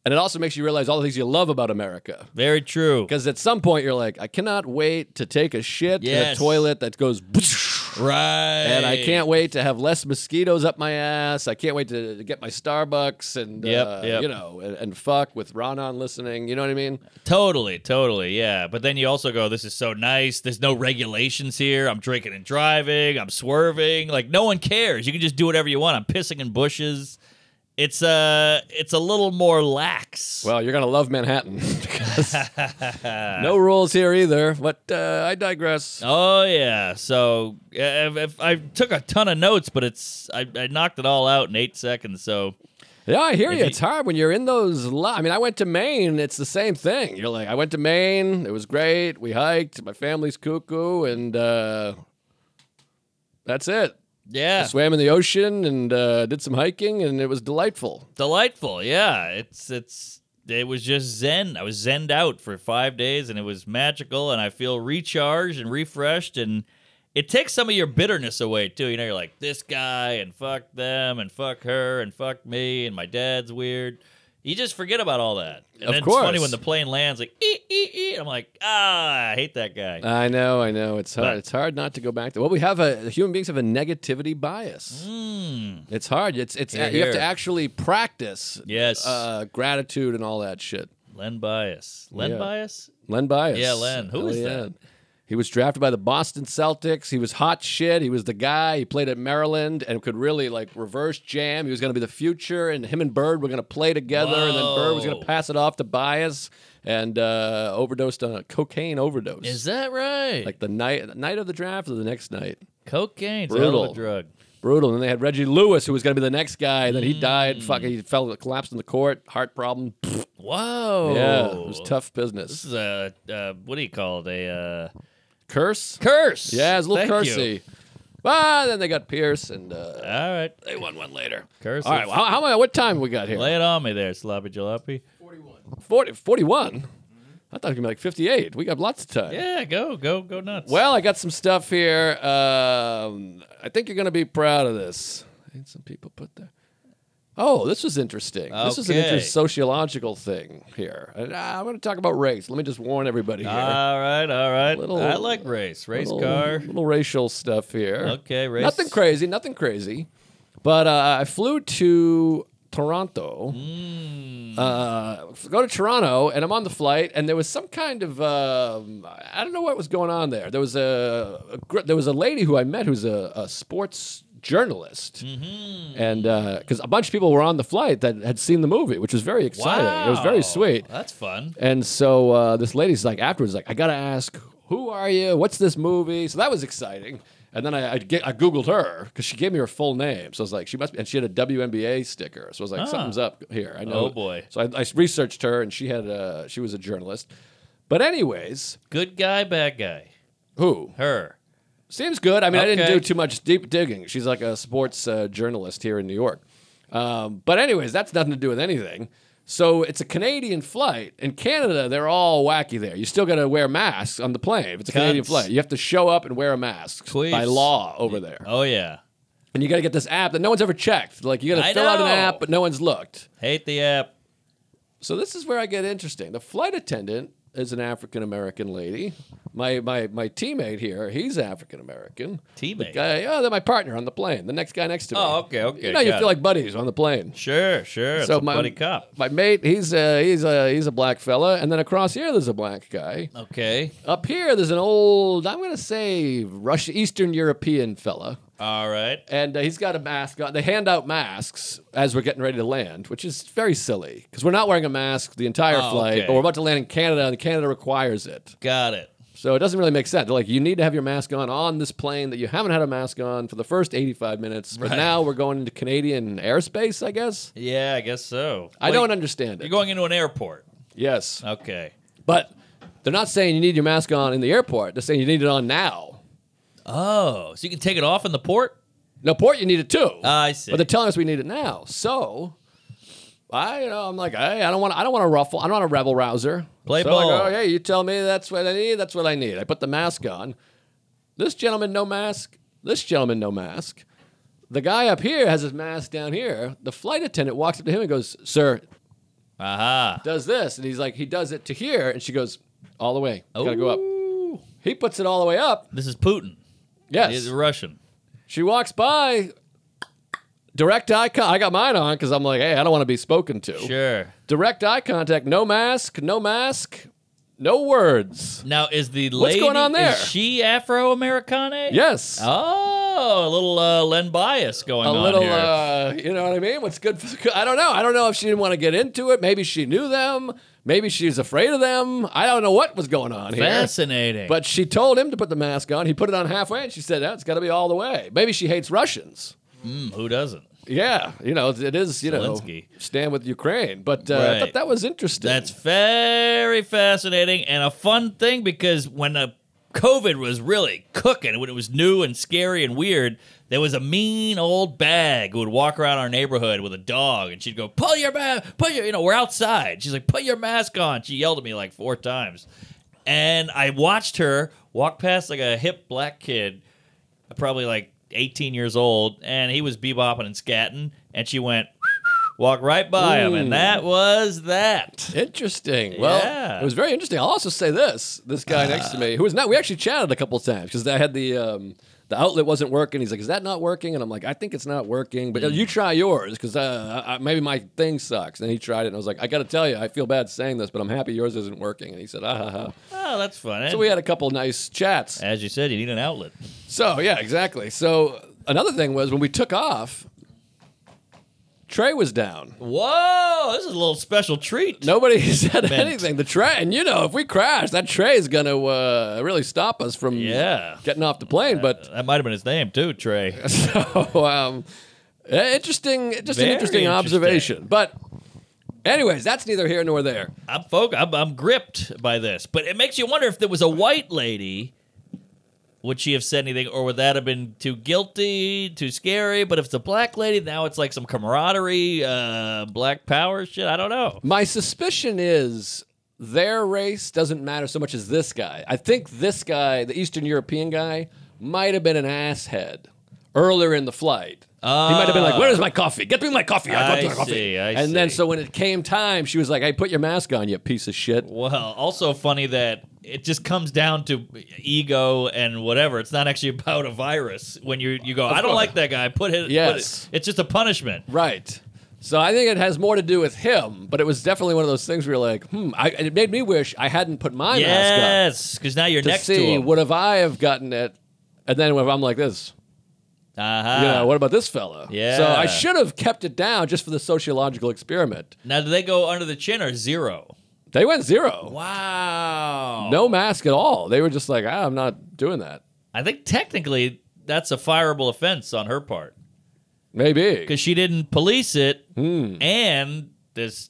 Speaker 3: and it also makes you realize all the things you love about America.
Speaker 2: Very true.
Speaker 3: Because at some point you're like, I cannot wait to take a shit in a
Speaker 2: Yes.
Speaker 3: toilet that goes,
Speaker 2: Right.
Speaker 3: and I can't wait to have less mosquitoes up my ass. I can't wait to get my Starbucks and
Speaker 2: Yep,
Speaker 3: uh,
Speaker 2: yep.
Speaker 3: you know and, and fuck with Ronan listening. You know what I mean?
Speaker 2: Totally, totally, yeah. But then you also go, this is so nice. There's no regulations here. I'm drinking and driving. I'm swerving. Like no one cares. You can just do whatever you want. I'm pissing in bushes. It's uh it's a little more lax.
Speaker 3: Well, you're gonna love Manhattan. because no rules here either. But uh, I digress.
Speaker 2: oh yeah. So uh, if, if I took a ton of notes, but it's I, I knocked it all out in eight seconds. So
Speaker 3: Yeah, I hear you.
Speaker 2: you-
Speaker 3: It's hard when you're in those. Lo- I mean, I went to Maine. It's the same thing. You're like, I went to Maine. It was great. We hiked. My family's cuckoo, and uh, that's it.
Speaker 2: yeah,
Speaker 3: I swam in the ocean and uh, did some hiking, and it was delightful.
Speaker 2: delightful. Yeah, it's it's it was just zen. I was zenned out for five days, and it was magical. And I feel recharged and refreshed, and it takes some of your bitterness away too. You know, you're like this guy, and fuck them, and fuck her, and fuck me, and my dad's weird. You just forget about all that. And
Speaker 3: Of
Speaker 2: then
Speaker 3: course.
Speaker 2: it's funny when the plane lands, like ee ee ee. I'm like, ah, I hate that guy.
Speaker 3: I know, I know. It's hard.
Speaker 2: But-
Speaker 3: it's hard not to go back to. Well, we have a human beings have a negativity bias. It's hard. It's it's
Speaker 2: Hear,
Speaker 3: you have to
Speaker 2: hear.
Speaker 3: actually practice.
Speaker 2: Yes.
Speaker 3: Uh, gratitude and all that shit.
Speaker 2: Len Bias. Len
Speaker 3: Yeah.
Speaker 2: Bias.
Speaker 3: Len Bias.
Speaker 2: Yeah, Len. Who
Speaker 3: Hell
Speaker 2: is that?
Speaker 3: He was drafted by the Boston Celtics. He was hot shit. He was the guy. He played at Maryland and could really like reverse jam. He was going to be the future, and him and Bird were going to play together. And then Bird was going
Speaker 2: Whoa.
Speaker 3: to pass it off to Bias and uh, overdosed on a cocaine overdose.
Speaker 2: Is that right?
Speaker 3: like the night the night of the draft or the next night.
Speaker 2: Cocaine's a hell of
Speaker 3: Brutal.
Speaker 2: a drug.
Speaker 3: Brutal. And they had Reggie Lewis, who was going to be the next guy. Then he died. Fucking,
Speaker 2: Mm.
Speaker 3: he fell, collapsed in the court, heart problem.
Speaker 2: Whoa.
Speaker 3: Yeah, it was tough
Speaker 2: This
Speaker 3: business.
Speaker 2: is a uh, what do you call it? A uh,
Speaker 3: Curse.
Speaker 2: curse.
Speaker 3: Yeah, it's a little
Speaker 2: Thank
Speaker 3: cursy.
Speaker 2: you.
Speaker 3: Ah, then they got Pierce, and uh,
Speaker 2: All right,
Speaker 3: they won one later.
Speaker 2: curse.
Speaker 3: All right, well, how, how many- What time we got here?
Speaker 2: lay it on me there, sloppy jalopy.
Speaker 3: 40, 41? I thought it was gonna be like fifty-eight. We got lots of time.
Speaker 2: Yeah, go, go, go nuts.
Speaker 3: Well, I got some stuff here. Um, I think you're gonna be proud of this. I had some people put there. Oh, this was interesting. This is an
Speaker 2: Okay.
Speaker 3: inter- sociological thing here. And, uh, I'm going to talk about race. Let me just warn everybody here.
Speaker 2: all right, all right.
Speaker 3: Little-
Speaker 2: I like race, race
Speaker 3: little,
Speaker 2: car.
Speaker 3: Little racial stuff here.
Speaker 2: Okay, race.
Speaker 3: Nothing crazy, nothing crazy. But uh, I flew to Toronto.
Speaker 2: Mm.
Speaker 3: Uh, f- go to Toronto, and I'm on the flight, and there was some kind of um, I don't know what was going on there. There was a, a gr- there was a lady who I met who's a, a sports journalist,
Speaker 2: Mm-hmm.
Speaker 3: and because a bunch of people were on the flight that had seen the movie, which was very exciting. It was
Speaker 2: Wow,
Speaker 3: very sweet.
Speaker 2: That's fun.
Speaker 3: And so uh, this lady's like afterwards, like I gotta ask, who are you? What's this movie? So that was exciting. And then I I, get, I googled her because she gave me her full name. So I was like, she must, be, and she had a WNBA sticker. So I was like, something's up here. I know.
Speaker 2: Ah. Oh, boy.
Speaker 3: So I, I researched her, and she had uh she was a journalist. But anyways,
Speaker 2: Good guy, bad guy.
Speaker 3: who
Speaker 2: Her.
Speaker 3: seems good? I mean, I didn't
Speaker 2: Okay.
Speaker 3: do too much deep digging. She's like a sports uh, journalist here in New York. Um, but anyways, that's nothing to do with anything. So it's a Canadian flight. In Canada, they're all wacky there. You still got to wear masks on the plane. If it's a Canadian
Speaker 2: Cunts.
Speaker 3: flight, you have to show up and wear a mask
Speaker 2: Queefs.
Speaker 3: by law over there.
Speaker 2: Oh yeah.
Speaker 3: And you got to get this app that no one's ever checked. Like you got
Speaker 2: I
Speaker 3: to fill out an
Speaker 2: know.
Speaker 3: app, but no one's looked.
Speaker 2: Hate the app.
Speaker 3: So this is where I get interesting. The flight attendant is an African American lady. My my my teammate here, he's African American.
Speaker 2: Teammate.
Speaker 3: Guy, oh, they're my partner on the plane. The next guy next to me.
Speaker 2: Oh, okay, okay,
Speaker 3: You know, you
Speaker 2: got
Speaker 3: feel
Speaker 2: it.
Speaker 3: like buddies on the plane.
Speaker 2: Sure, sure. it's a buddy cop.
Speaker 3: my mate, he's a, he's a he's a black fella, and then across here there's a black guy.
Speaker 2: Okay.
Speaker 3: Up here there's an old, I'm gonna say Russian Eastern European fella,
Speaker 2: All right.
Speaker 3: and uh, he's got a mask on. They hand out masks as we're getting ready to land, which is very silly because we're not wearing a mask the entire
Speaker 2: Oh,
Speaker 3: flight,
Speaker 2: okay.
Speaker 3: but we're about to land in Canada, and Canada requires it,
Speaker 2: Got it.
Speaker 3: so it doesn't really make sense. They're like, you need to have your mask on on this plane that you haven't had a mask on for the first 85 minutes, but
Speaker 2: Right.
Speaker 3: now we're going into Canadian airspace, I guess.
Speaker 2: Yeah, I guess so.
Speaker 3: I don't
Speaker 2: understand.
Speaker 3: understand it.
Speaker 2: You're going into an airport.
Speaker 3: yes.
Speaker 2: Okay.
Speaker 3: But they're not saying you need your mask on in the airport. They're saying you need it on now.
Speaker 2: Oh, so you can take it off in the port?
Speaker 3: No port, you need it too.
Speaker 2: Ah, I see.
Speaker 3: But they're telling us we need it now. So I, you know, I'm like, hey, I don't want, I don't want to ruffle. I don't want a rebel rouser.
Speaker 2: Play
Speaker 3: so I go,
Speaker 2: ball.
Speaker 3: hey, you tell me that's what I need. That's what I need. I put the mask on. This gentleman, no mask. This gentleman, no mask. The guy up here has his mask down here. The flight attendant walks up to him and goes, "Sir,
Speaker 2: Aha.
Speaker 3: does this," and he's like, "He does it to here," and she goes, "All the way. Got to go up."
Speaker 2: Ooh.
Speaker 3: He puts it all the way up.
Speaker 2: This is Putin.
Speaker 3: Yes.
Speaker 2: He's a Russian.
Speaker 3: She walks by, direct eye con I got mine on because I'm like, hey, I don't want to be spoken to.
Speaker 2: Sure.
Speaker 3: Direct eye contact, no mask, no mask, no words.
Speaker 2: Now, is the lady.
Speaker 3: What's going on there?
Speaker 2: Is she Afro Americana?
Speaker 3: Yes.
Speaker 2: Oh, a little uh, Len bias going
Speaker 3: a
Speaker 2: on
Speaker 3: little,
Speaker 2: here.
Speaker 3: uh, you know what I mean? What's good for the, I don't know. I don't know if she didn't want to get into it. Maybe she knew them. Maybe she was afraid of them. I don't know what was going on here.
Speaker 2: Fascinating.
Speaker 3: But she told him to put the mask on. He put it on halfway and she said, that's got to be all the way. Maybe she hates Russians.
Speaker 2: Hmm, who doesn't?
Speaker 3: Yeah, you know, it is, you know,
Speaker 2: Zelensky.
Speaker 3: stand with Ukraine. But uh, I
Speaker 2: Right.
Speaker 3: thought that was interesting.
Speaker 2: That's very fascinating and a fun thing because when a COVID was really cooking when it was new and scary and weird. There was a mean old bag who would walk around our neighborhood with a dog, and she'd go, "Pull your mask, put your, you know, we're outside." She's like, "Put your mask on." She yelled at me like four times, and I watched her walk past like a hip black kid, probably like 18 years old, and he was bebopping and scatting, and she went, walk right by him, and that was that.
Speaker 3: Interesting. Well,
Speaker 2: Yeah. Ah.
Speaker 3: it was very interesting. I'll also say this: this guy next to me, who was not, we actually chatted a couple times because I had the um, the outlet wasn't working. He's like, "Is that not working?" And I'm like, "I think it's not working." But uh,
Speaker 2: Mm.
Speaker 3: you try yours because uh, I- I- maybe my thing sucks. And he tried it, and I was like, "I got to tell you, I feel bad saying this, but I'm happy yours isn't working." And he said, "Ah ha ha."
Speaker 2: Oh, that's fun.
Speaker 3: So we had a couple nice chats.
Speaker 2: as you said, you need an outlet.
Speaker 3: So yeah, exactly. So another thing was when we took off, Trey was down.
Speaker 2: Whoa, this is a little special treat.
Speaker 3: Nobody said
Speaker 2: Meant.
Speaker 3: anything. The tray, and you know, if we crash, that tray is going to uh, really stop us from
Speaker 2: Yeah.
Speaker 3: getting off the plane. But
Speaker 2: That might have been his name too, Trey.
Speaker 3: so, um, eh, interesting, just an interesting
Speaker 2: Very interesting.
Speaker 3: observation. But, anyways, that's neither here nor there.
Speaker 2: I'm folk. I'm, I'm gripped by this, but it makes you wonder if there was a white lady, would she have said anything, or would that have been too guilty, too scary? But if it's a black lady, now it's like some camaraderie, uh, black power shit. I don't know.
Speaker 3: My suspicion is their race doesn't matter so much as this guy. I think this guy, the Eastern European guy, might have been an asshead earlier in the flight. he might have been like, "Where is my coffee? Get me my coffee! I,
Speaker 2: Ah. I
Speaker 3: want my coffee."
Speaker 2: see, I
Speaker 3: and then
Speaker 2: see.
Speaker 3: so when it came time, she was like, "Hey, put your mask on, you piece of shit."
Speaker 2: Well, also funny that it just comes down to ego and whatever. It's not actually about a virus. When you you go, I don't like that guy. Put it.
Speaker 3: Yes.
Speaker 2: Put it. It's just a punishment.
Speaker 3: Right. So I think it has more to do with him, but it was definitely one of those things where you're like, "Hmm." I, it made me wish I hadn't put my mask on.
Speaker 2: Yes, because now you're
Speaker 3: To
Speaker 2: next to
Speaker 3: see
Speaker 2: him.
Speaker 3: would have I have gotten it, and then if I'm like this,
Speaker 2: uh-huh.
Speaker 3: you know, what about this fella?
Speaker 2: Yeah.
Speaker 3: So I should have kept it down just for the sociological experiment.
Speaker 2: Now do they go under the chin or zero?
Speaker 3: They went zero.
Speaker 2: Wow.
Speaker 3: No mask at all. They were just like, ah, I'm not doing that.
Speaker 2: I think technically that's a fireable offense on her part
Speaker 3: Maybe.
Speaker 2: because she didn't police it,
Speaker 3: Hmm.
Speaker 2: and there's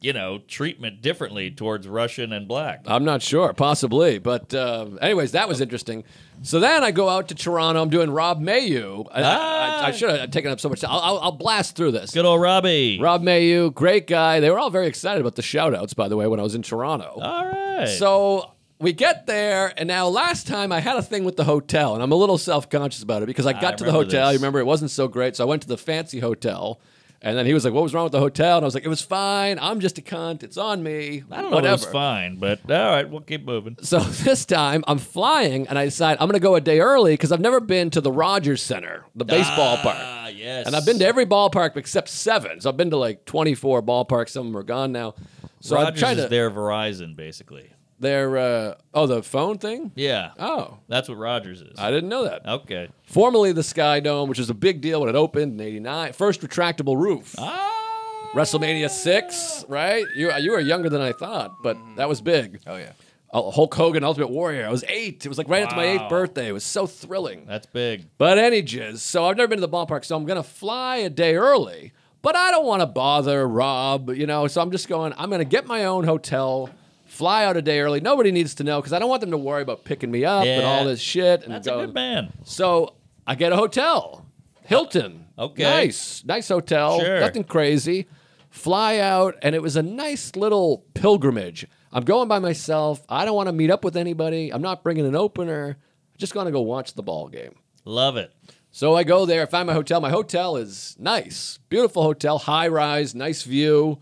Speaker 2: you know treatment differently towards Russian and black.
Speaker 3: I'm not sure. Possibly. But, um, anyways, that was interesting. So then I go out to Toronto. I'm doing Rob Mayu. I, I, I,
Speaker 2: Ah.
Speaker 3: should have taken up so much time. I'll, I'll, I'll blast through this.
Speaker 2: Good old Robbie.
Speaker 3: Rob Mayu, great guy. They were all very excited about the shout outs, by the way, when I was in Toronto.
Speaker 2: All right.
Speaker 3: So we get there, and now last time I had a thing with the hotel, and I'm a little self conscious about it because I got
Speaker 2: Ah, I
Speaker 3: to the
Speaker 2: remember
Speaker 3: hotel.
Speaker 2: this.
Speaker 3: You remember it wasn't so great, so I went to the fancy hotel. And then he was like, "What was wrong with the hotel?" And I was like, "It was fine. I'm just a cunt. It's on me.
Speaker 2: I don't know. if It
Speaker 3: Whatever."
Speaker 2: was fine, but all right, we'll keep moving.
Speaker 3: So this time I'm flying, and I decide I'm going to go a day early because I've never been to the Rogers Center, the baseball park.
Speaker 2: Ah, yes.
Speaker 3: And I've been to every ballpark except seven. So I've been to like 24 ballparks. Some of them are gone now. So I'm
Speaker 2: Rogers
Speaker 3: trying
Speaker 2: is
Speaker 3: to
Speaker 2: their Verizon, basically.
Speaker 3: their uh, oh the phone thing.
Speaker 2: Yeah.
Speaker 3: Oh,
Speaker 2: That's what Rogers is.
Speaker 3: I didn't know that.
Speaker 2: okay.
Speaker 3: Formerly the Sky Dome, which was a big deal when it opened in '89. First retractable roof.
Speaker 2: Ah.
Speaker 3: WrestleMania six, right? You you were younger than I thought, but that was big.
Speaker 5: Oh yeah.
Speaker 3: Uh, Hulk Hogan, Ultimate Warrior. I was eight. It was like right after my eighth
Speaker 2: Wow.
Speaker 3: birthday. It was so thrilling.
Speaker 2: That's big.
Speaker 3: But any jizz. So I've never been to the ballpark, so I'm gonna fly a day early. But I don't want to bother Rob, you know. So I'm just going. I'm gonna get my own hotel, fly out a day early. Nobody needs to know because I don't want them to worry about picking me up and
Speaker 2: Yeah.
Speaker 3: all this shit. And
Speaker 2: That's a
Speaker 3: going,
Speaker 2: good man.
Speaker 3: So I get a hotel, Hilton.
Speaker 2: Okay.
Speaker 3: Nice, nice hotel.
Speaker 2: Sure.
Speaker 3: Nothing crazy. Fly out, and it was a nice little pilgrimage. I'm going by myself. I don't want to meet up with anybody. I'm not bringing an opener. Just going to go watch the ball game.
Speaker 2: Love it.
Speaker 3: So I go there, I find my hotel. My hotel is nice, beautiful hotel, high rise, nice view.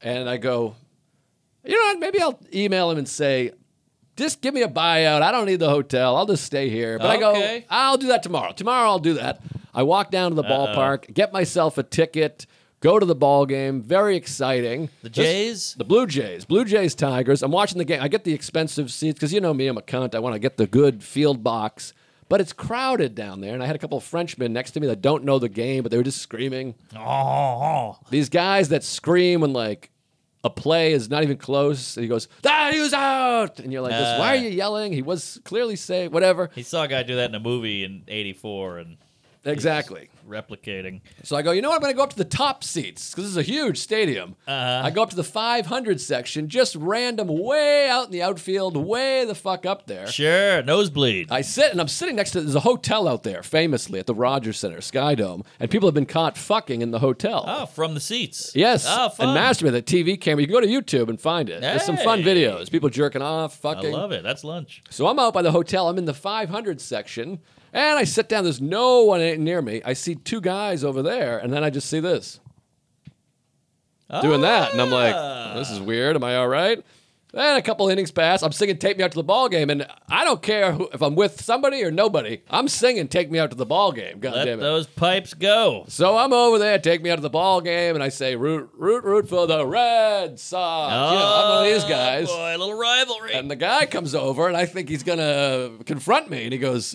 Speaker 3: And I go, you know what? Maybe I'll email him and say, just give me a buyout. I don't need the hotel. I'll just stay here. But I go,
Speaker 2: Okay.
Speaker 3: I'll do that tomorrow. Tomorrow I'll do that. I walk down to the ballpark, get myself a ticket, go to the ball game. Very exciting.
Speaker 2: The
Speaker 3: This-
Speaker 2: Jays.
Speaker 3: the Blue Jays, Blue Jays, Tigers. I'm watching the game. I get the expensive seats because you know me, I'm a cunt. I want to get the good field box, but it's crowded down there. And I had a couple of Frenchmen next to me that don't know the game, but they were just screaming.
Speaker 2: oh,
Speaker 3: These guys that scream when like a play is not even close, and he goes, "Ah, he was out," and you're like, this, "Why are you yelling? He was clearly safe." Whatever.
Speaker 2: he saw a guy do that in a movie in '84, and
Speaker 3: Exactly.
Speaker 2: replicating.
Speaker 3: So I go, you know what? I'm going to go up to the top seats because this is a huge stadium.
Speaker 2: Uh-huh.
Speaker 3: I go up to the 500 section, just random, way out in the outfield, way the fuck up there.
Speaker 2: Sure, nosebleed.
Speaker 3: I sit and I'm sitting next to there's a hotel out there, famously at the Rogers Center, Sky Dome, and people have been caught fucking in the hotel.
Speaker 2: oh, from the seats.
Speaker 3: Yes,
Speaker 2: Oh,
Speaker 3: and
Speaker 2: fun.
Speaker 3: masturbate the TV camera. You can go to YouTube and find it. There's some fun
Speaker 2: Hey.
Speaker 3: videos. People jerking off,
Speaker 2: I
Speaker 3: fucking.
Speaker 2: love it. That's lunch.
Speaker 3: So I'm out by the hotel. I'm in the 500 section, and I sit down. There's no one near me. I see two guys over there, and then I just see this doing that, and I'm like,
Speaker 2: Ah,
Speaker 3: this is weird. Am I all right? Then a couple innings pass. I'm singing "Take Me Out to the Ball Game," and I don't care who, if I'm with somebody or nobody. I'm singing "Take Me Out to the Ball Game." God
Speaker 2: Let
Speaker 3: damn it!
Speaker 2: those pipes go.
Speaker 3: So I'm over there, take me out to the ball game, and I say, root, root, root for the Red Sox. you know, I'm one of these
Speaker 2: Oh,
Speaker 3: guys.
Speaker 2: Boy, a little rivalry.
Speaker 3: And the guy comes over, and I think he's going to confront me. And he goes,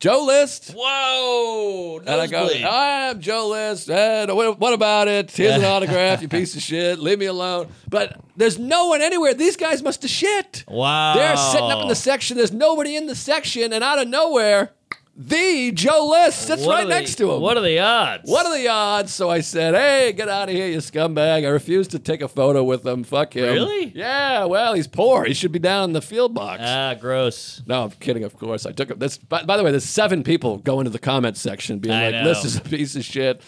Speaker 3: Joe List.
Speaker 2: Whoa,
Speaker 3: And I go, Oh.
Speaker 2: nosebleed.
Speaker 3: I'm Joe List. And what what about it? Here's an autograph, you piece of shit. Leave me alone. But there's no one anywhere. These guys must have shit.
Speaker 2: wow.
Speaker 3: They're sitting up in the section. There's nobody in the section. And out of nowhere, the Joe List sits
Speaker 2: What
Speaker 3: right
Speaker 2: are the-
Speaker 3: next to him.
Speaker 2: What are the odds?
Speaker 3: What are the odds? So I said, "Hey, get out of here, you scumbag! I refuse to take a photo with him. Fuck him."
Speaker 2: Really?
Speaker 3: Yeah. Well, he's poor. He should be down in the field box.
Speaker 2: Ah, gross.
Speaker 3: no, I'm kidding. Of course, I took him. That's by, by the way, there's seven people going to the comment section, being
Speaker 2: I
Speaker 3: like,
Speaker 2: know.
Speaker 3: "This is a piece of shit."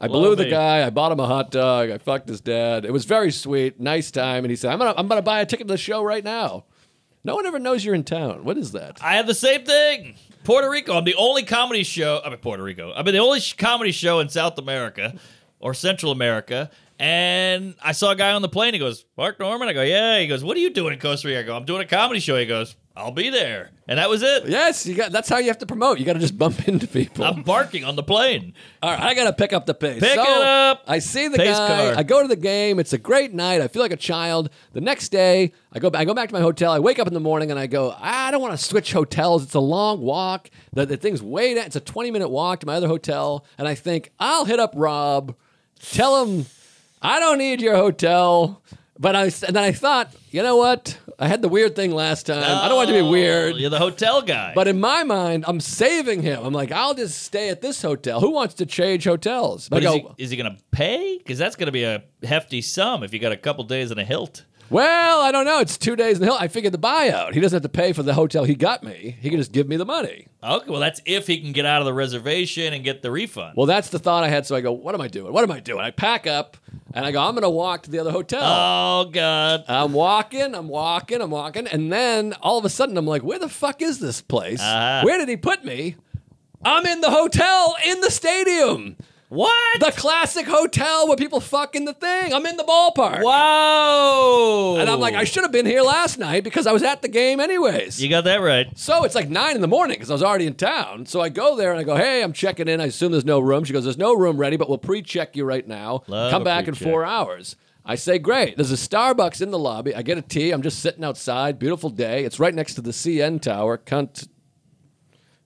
Speaker 3: I blew the
Speaker 2: me.
Speaker 3: guy. I bought him a hot dog. I fucked his dad. It was very sweet, nice time. And he said, "I'm gonna, I'm gonna buy a ticket to the show right now." No one ever knows you're in town. What is that?
Speaker 2: I have the same thing. Puerto Rico. I'm the only comedy show. I'm in Puerto Rico. I'm the only sh- comedy show in South America or Central America. And I saw a guy on the plane. He goes, Mark Norman. I go, yeah. He goes, what are you doing in Costa Rica? I go, I'm doing a comedy show. He goes, I'll be there. And that was it.
Speaker 3: Yes, you got. That's how you have to promote. You got to just bump into people.
Speaker 2: I'm barking on the plane.
Speaker 3: All right, I gotta pick up the pace.
Speaker 2: Pick
Speaker 3: So,
Speaker 2: it up.
Speaker 3: I see the
Speaker 2: Pace
Speaker 3: guy.
Speaker 2: car.
Speaker 3: I go to the game. It's a great night. I feel like a child. The next day, I go. ba- I go back to my hotel. I wake up in the morning and I go. I don't want to switch hotels. It's a long walk. The, the thing's way down. It's a twenty-minute walk to my other hotel. And I think I'll hit up Rob. Tell him I don't need your hotel. But I s- and then I thought, you know what? I had the weird thing last time. I don't want it to be weird.
Speaker 2: You're the hotel guy.
Speaker 3: But in my mind, I'm saving him. I'm like, I'll just stay at this hotel. Who wants to change hotels?
Speaker 2: But
Speaker 3: I
Speaker 2: is
Speaker 3: go,
Speaker 2: he, is he going to pay? Because that's going to be a hefty sum if you got a couple days in a hilt.
Speaker 3: well, I don't know. It's two days in the hill. I figured the buyout. He doesn't have to pay for the hotel he got me. He can just give me the money.
Speaker 2: Okay, well, that's if he can get out of the reservation and get the refund.
Speaker 3: Well, that's the thought I had. So I go, what am I doing? What am I doing? I pack up and I go, I'm going to walk to the other hotel.
Speaker 2: oh, God.
Speaker 3: I'm walking, I'm walking, I'm walking. And then all of a sudden, I'm like, where the fuck is this place?
Speaker 2: Uh-huh.
Speaker 3: Where did he put me? I'm in the hotel in the stadium.
Speaker 2: What?
Speaker 3: The classic hotel where people fuck in the thing. I'm in the ballpark.
Speaker 2: Wow.
Speaker 3: And I'm like, I should have been here last night because I was at the game anyways.
Speaker 2: You got that right.
Speaker 3: so it's like nine in the morning because I was already in town. So I go there and I go, hey, I'm checking in. I assume there's no room. She goes, there's no room ready, but we'll pre check you right now.
Speaker 2: Love
Speaker 3: Come
Speaker 2: a
Speaker 3: back in
Speaker 2: pre-check.
Speaker 3: four hours. I say, great. There's a Starbucks in the lobby. I get a tea. I'm just sitting outside. Beautiful day. It's right next to the CN Tower. Cunt.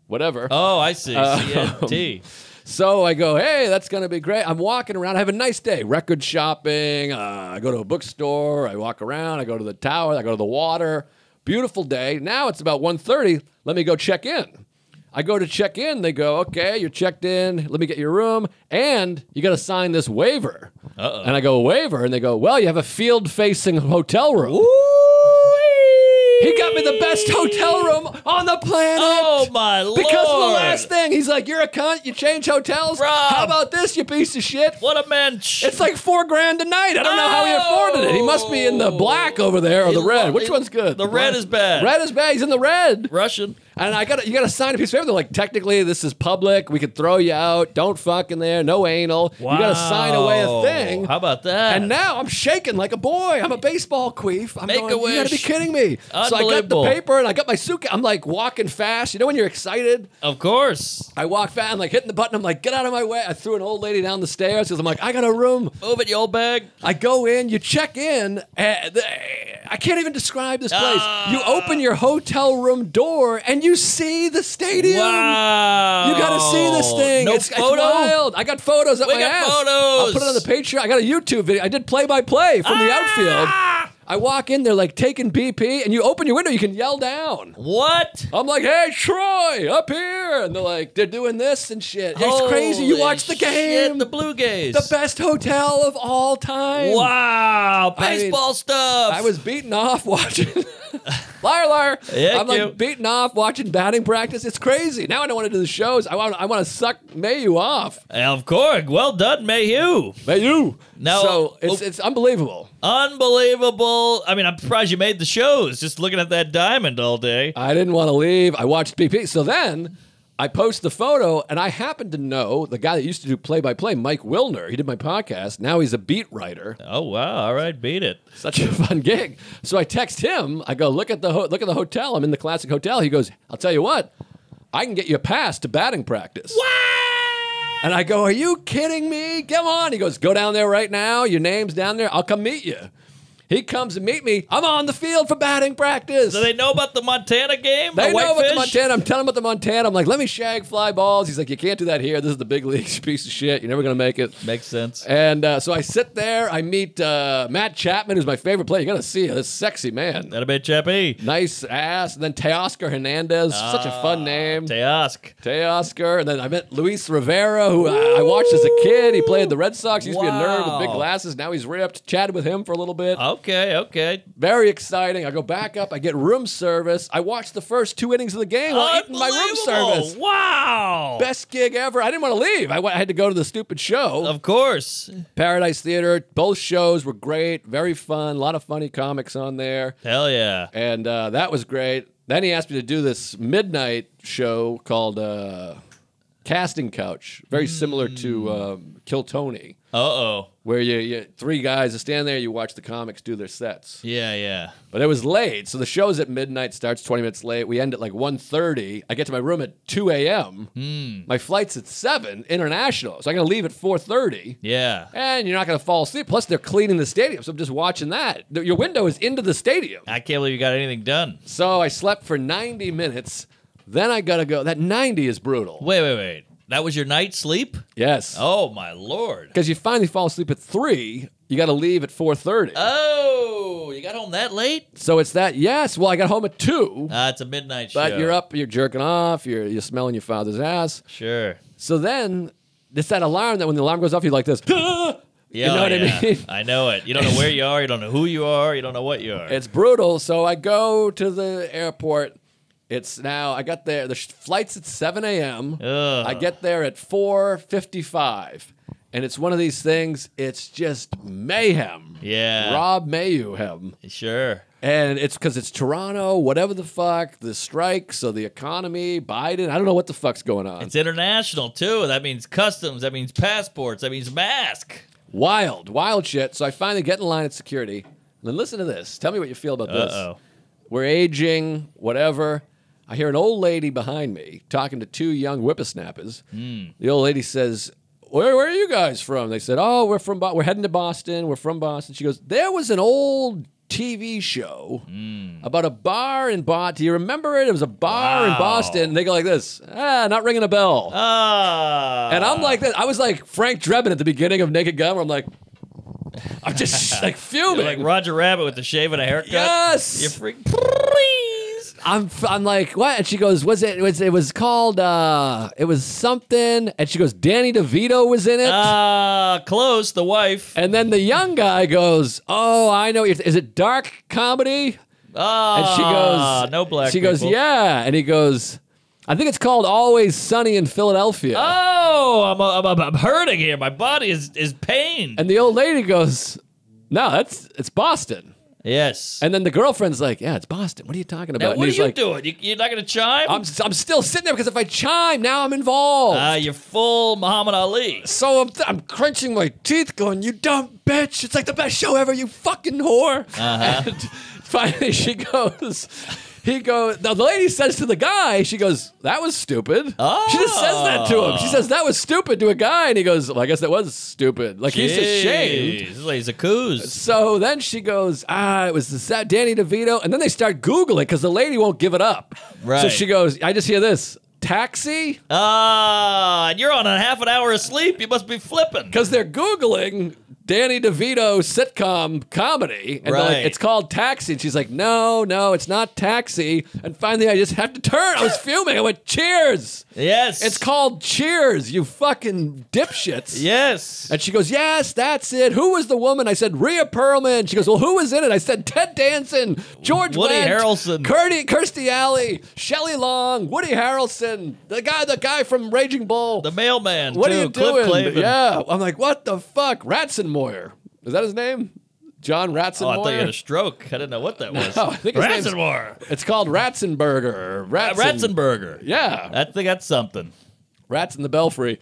Speaker 3: Whatever.
Speaker 2: Oh, I see.
Speaker 3: Uh,
Speaker 2: CNT.
Speaker 3: So I go, hey, that's going to be great. I'm walking around. I have a nice day. Record shopping. Uh, I go to a bookstore. I walk around. I go to the tower. I go to the water. Beautiful day. Now it's about 1.30. Let me go check in. I go to check in. They go, okay, you're checked in. Let me get your room. And you got to sign this waiver.
Speaker 2: Uh-oh.
Speaker 3: And I go, waiver? And they go, well, you have a field-facing hotel room. He got me the best hotel room on the planet.
Speaker 2: Oh, my Lord.
Speaker 3: Because of the last thing, he's like, "You're a cunt. You change hotels.
Speaker 2: Rob.
Speaker 3: How about this, you piece of shit?
Speaker 2: What a mensch.
Speaker 3: It's like four grand a night. I don't know how he afforded it. He must be in the black over there or the
Speaker 2: Oh. He-
Speaker 3: red. Which
Speaker 2: he-
Speaker 3: one's good?
Speaker 2: The red is bad.
Speaker 3: Red is bad. He's in the red.
Speaker 2: Russian.
Speaker 3: And I got you got to sign a piece of paper. They're like, technically, this is public. We could throw you out. Don't fuck in there. No anal. You got to sign away
Speaker 2: Wow.
Speaker 3: a thing.
Speaker 2: How about that?
Speaker 3: And now I'm shaking like a boy. I'm a baseball queef. I'm
Speaker 2: Make
Speaker 3: going,
Speaker 2: a
Speaker 3: You gotta be
Speaker 2: wish."
Speaker 3: kidding me. So I got the
Speaker 2: Unbelievable.
Speaker 3: paper and I got my suitcase. I'm like walking fast. You know when you're excited?
Speaker 2: Of course.
Speaker 3: I walk fast. I'm like hitting the button. I'm like, get out of my way. I threw an old lady down the stairs because I'm like, I got a room.
Speaker 2: Move it, you old bag.
Speaker 3: I go in. You check in. And th- I can't even describe this place.
Speaker 2: Ah.
Speaker 3: you open your hotel room door and you see the stadium.
Speaker 2: Wow.
Speaker 3: You gotta see this thing.
Speaker 2: No
Speaker 3: it's, it's
Speaker 2: photo?
Speaker 3: wild. I got photos up
Speaker 2: We
Speaker 3: my
Speaker 2: got
Speaker 3: ass.
Speaker 2: photos. Ah.
Speaker 3: I'll put it on the Patreon. I got a YouTube video. I did play by play from the outfield. I walk in, they're like taking BP, and you open your window, you can yell down.
Speaker 2: What?
Speaker 3: I'm like, hey, Troy, up here. And they're like, they're doing this and shit. It's crazy. You
Speaker 2: Holy
Speaker 3: watch the
Speaker 2: shit,
Speaker 3: game.
Speaker 2: the Blue Gays.
Speaker 3: the best hotel of all time.
Speaker 2: Wow,
Speaker 3: I mean,
Speaker 2: baseball stuff.
Speaker 3: I was beaten off watching. liar, liar.
Speaker 2: Yeah,
Speaker 3: I'm like
Speaker 2: cute.
Speaker 3: beaten off watching batting practice. It's crazy. Now I don't want to do the shows. I want. I want to suck Mayu off.
Speaker 2: of course. Well done, Mayhew.
Speaker 3: Mayu.
Speaker 2: Now-
Speaker 3: so it's
Speaker 2: oh.
Speaker 3: it's unbelievable.
Speaker 2: Unbelievable. I mean, I'm surprised you made the shows. Just looking at that diamond all day.
Speaker 3: I didn't want to leave. I watched BP. So then I post the photo, and I happen to know the guy that used to do play by play, Mike Wilner. He did my podcast. Now he's a beat writer.
Speaker 2: Oh wow! All right, beat it.
Speaker 3: Such a fun gig. So I text him. I go, look at the ho- look at the hotel. I'm in the classic hotel. He goes, I'll tell you what, I can get you a pass to batting practice. And I go, are you kidding me? Come on. He goes, go down there right now. Your name's down there. I'll come meet you. He comes to meet me. I'm on the field for batting practice.
Speaker 2: Do they know about the Montana game?
Speaker 3: They
Speaker 2: the
Speaker 3: know about the
Speaker 2: Whitefish?
Speaker 3: Montana. I'm telling him about the Montana. I'm like, let me shag fly balls. He's like, you can't do that here. This is the big leagues, you piece of shit. You're never gonna make it.
Speaker 2: Makes sense.
Speaker 3: And uh, so I sit there. I meet uh, Matt Chapman, who's my favorite player. You gotta see this sexy man,
Speaker 2: That'll be Chappie.
Speaker 3: nice ass. And then Teoscar Hernandez, such a fun
Speaker 2: Ah,
Speaker 3: name.
Speaker 2: Teosk.
Speaker 3: Teoscar. And then I met Luis Rivera, who I, I watched as a kid. He played the Red Sox. He used to be a nerd with big
Speaker 2: Wow. Uh,
Speaker 3: glasses. Now he's ripped. Chatted with him for a little bit.
Speaker 2: Okay, okay.
Speaker 3: Very exciting. I go back up. I get room service. I watch the first two innings of the game while eating my room
Speaker 2: Unbelievable.
Speaker 3: service.
Speaker 2: Wow.
Speaker 3: Best gig ever. I didn't want to leave. I, went, I had to go to the stupid show.
Speaker 2: Of course.
Speaker 3: Paradise Theater. Both shows were great. Very fun. A lot of funny comics on there.
Speaker 2: Hell yeah.
Speaker 3: And uh, that was great. Then he asked me to do this midnight show called uh, Casting Couch. Very similar to um, Kill Tony,
Speaker 2: Uh oh.
Speaker 3: where you, you three guys that stand there, you watch the comics do their sets.
Speaker 2: Yeah, yeah.
Speaker 3: But it was late, so the show's at midnight, starts 20 minutes late. We end at like 1.30. I get to my room at 2 a.m. My flight's at 7, international, so I'm going to leave at 4.30.
Speaker 2: Yeah.
Speaker 3: And you're not going to fall asleep. Plus, they're cleaning the stadium, so I'm just watching that. Th- Your window is into the stadium.
Speaker 2: I can't believe you got anything done.
Speaker 3: So I slept for 90 minutes. Then I got to go. That 90 is brutal.
Speaker 2: Wait, wait, wait. That was your night sleep?
Speaker 3: Yes.
Speaker 2: Oh my lord.
Speaker 3: Because you finally fall asleep at 3, you got to leave at 4.30.
Speaker 2: Uh. Oh, you got home that late?
Speaker 3: so it's that, yes. Well, I got home at 2.
Speaker 2: Ah, it's a midnight show.
Speaker 3: but you're up, you're jerking off, you're, you're smelling your father's ass.
Speaker 2: Sure.
Speaker 3: So then it's that alarm that when the alarm goes off, you're like this.
Speaker 2: Yeah,
Speaker 3: you know what
Speaker 2: yeah.
Speaker 3: I mean?
Speaker 2: I know it. You don't know where you are. You don't know who you are. You don't know what you are.
Speaker 3: It's brutal. So I go to the airport. It's now. I got there. The sh- flight's at 7 a.m.
Speaker 2: Ugh.
Speaker 3: I get there at 4:55, and it's one of these things. It's just mayhem.
Speaker 2: Yeah.
Speaker 3: Rob Mayhem.
Speaker 2: sure.
Speaker 3: And it's because it's Toronto, whatever the fuck, the strike, so the economy, Biden. I don't know what the fuck's going on.
Speaker 2: It's international too. That means customs. That means passports. That means mask.
Speaker 3: wild, wild shit. So I finally get in line at security. And then listen to this. Tell me what you feel about
Speaker 2: Uh
Speaker 3: this.
Speaker 2: oh.
Speaker 3: We're aging, whatever. I hear an old lady behind me talking to two young whippersnappers.
Speaker 2: Hmm.
Speaker 3: The old lady says, where, where are you guys from? They said, Oh, we're from Bo- we're heading to Boston. We're from Boston. She goes, There was an old TV show
Speaker 2: Hmm.
Speaker 3: about a bar in Boston. Do you remember it? It was a bar in
Speaker 2: Wow.
Speaker 3: Boston. And they go like this, ah, not ringing a bell.
Speaker 2: Ah.
Speaker 3: And I'm like, this. I was like Frank Drebin at the beginning of Naked Gun, where I'm like, I'm just like
Speaker 2: You're
Speaker 3: fuming.
Speaker 2: like Roger Rabbit with the shave and a haircut.
Speaker 3: yes,
Speaker 2: You freak. Please.
Speaker 3: I'm. f- I'm like, what? And she goes, was it? Was it was called? uh It was something. And she goes, Danny DeVito was in it.
Speaker 2: Ah, close. The wife.
Speaker 3: and then the young guy goes, "Oh, I know. Is it dark comedy?"
Speaker 2: Ah.
Speaker 3: And she goes,
Speaker 2: No black.
Speaker 3: She goes,
Speaker 2: people.
Speaker 3: "Yeah." And he goes, "I think it's called Always Sunny in Philadelphia."
Speaker 2: Oh, I'm, I'm, I'm, I'm hurting here. My body is is pain.
Speaker 3: And the old lady goes, "No, that's it's Boston."
Speaker 2: yes.
Speaker 3: And then the girlfriend's like, "Yeah, it's Boston. What are you talking about?"
Speaker 2: now,
Speaker 3: And
Speaker 2: what are
Speaker 3: he's
Speaker 2: you
Speaker 3: like,
Speaker 2: doing? You, you're not gonna chime?
Speaker 3: I'm, I'm still sitting there because if I chime, now I'm involved.
Speaker 2: Ah, you're full Muhammad Ali.
Speaker 3: so I'm, I'm crunching my teeth, going, "You dumb bitch! It's like the best show ever, you fucking whore!"
Speaker 2: Uh-huh.
Speaker 3: And finally, she goes, "He goes." Now the lady says to the guy, "She goes, that was stupid." She just says that to him. She says that was stupid to a guy, and he goes, well, "I guess that was stupid." Like he's ashamed.
Speaker 2: Jeez, This lady's a coos.
Speaker 3: So then she goes, ah, it was the sa- Danny DeVito. And then they start Googling because the lady won't give it up. So
Speaker 2: Right.
Speaker 3: she goes, I just hear this taxi
Speaker 2: Ah, and you're on a half an hour of sleep. You must be flipping.
Speaker 3: because they're Googling Danny DeVito sitcom comedy. And they're like,
Speaker 2: Right.
Speaker 3: it's called Taxi. And she's like, no, no, it's not Taxi. And finally, I just had to turn. I was fuming. I went, cheers.
Speaker 2: Yes.
Speaker 3: It's called Cheers, you fucking dipshits.
Speaker 2: Yes.
Speaker 3: And she goes, Yes, that's it. Who was the woman? I said, Rhea Perlman. She goes, Well, who was in it? I said, Ted Danson, George
Speaker 2: Woody
Speaker 3: Wendt,
Speaker 2: Harrelson.
Speaker 3: Curdy, Kirstie Alley, Shelley Long, Woody Harrelson, the guy, the guy from Raging Bull.
Speaker 2: The mailman.
Speaker 3: what
Speaker 2: too.
Speaker 3: are you
Speaker 2: Cliff
Speaker 3: doing?
Speaker 2: Clavin.
Speaker 3: Yeah. I'm like, What the fuck? Ratzenmoyer. Is that his name? John Ratzenmoyer?
Speaker 2: Oh, I thought you had a stroke. I didn't know what that was.
Speaker 3: No, I think his name's-
Speaker 2: Ratzenmore.
Speaker 3: it's called Ratzenberger. Ratzen-
Speaker 2: Ratzenberger.
Speaker 3: Yeah.
Speaker 2: I think that's something.
Speaker 3: rats in the belfry.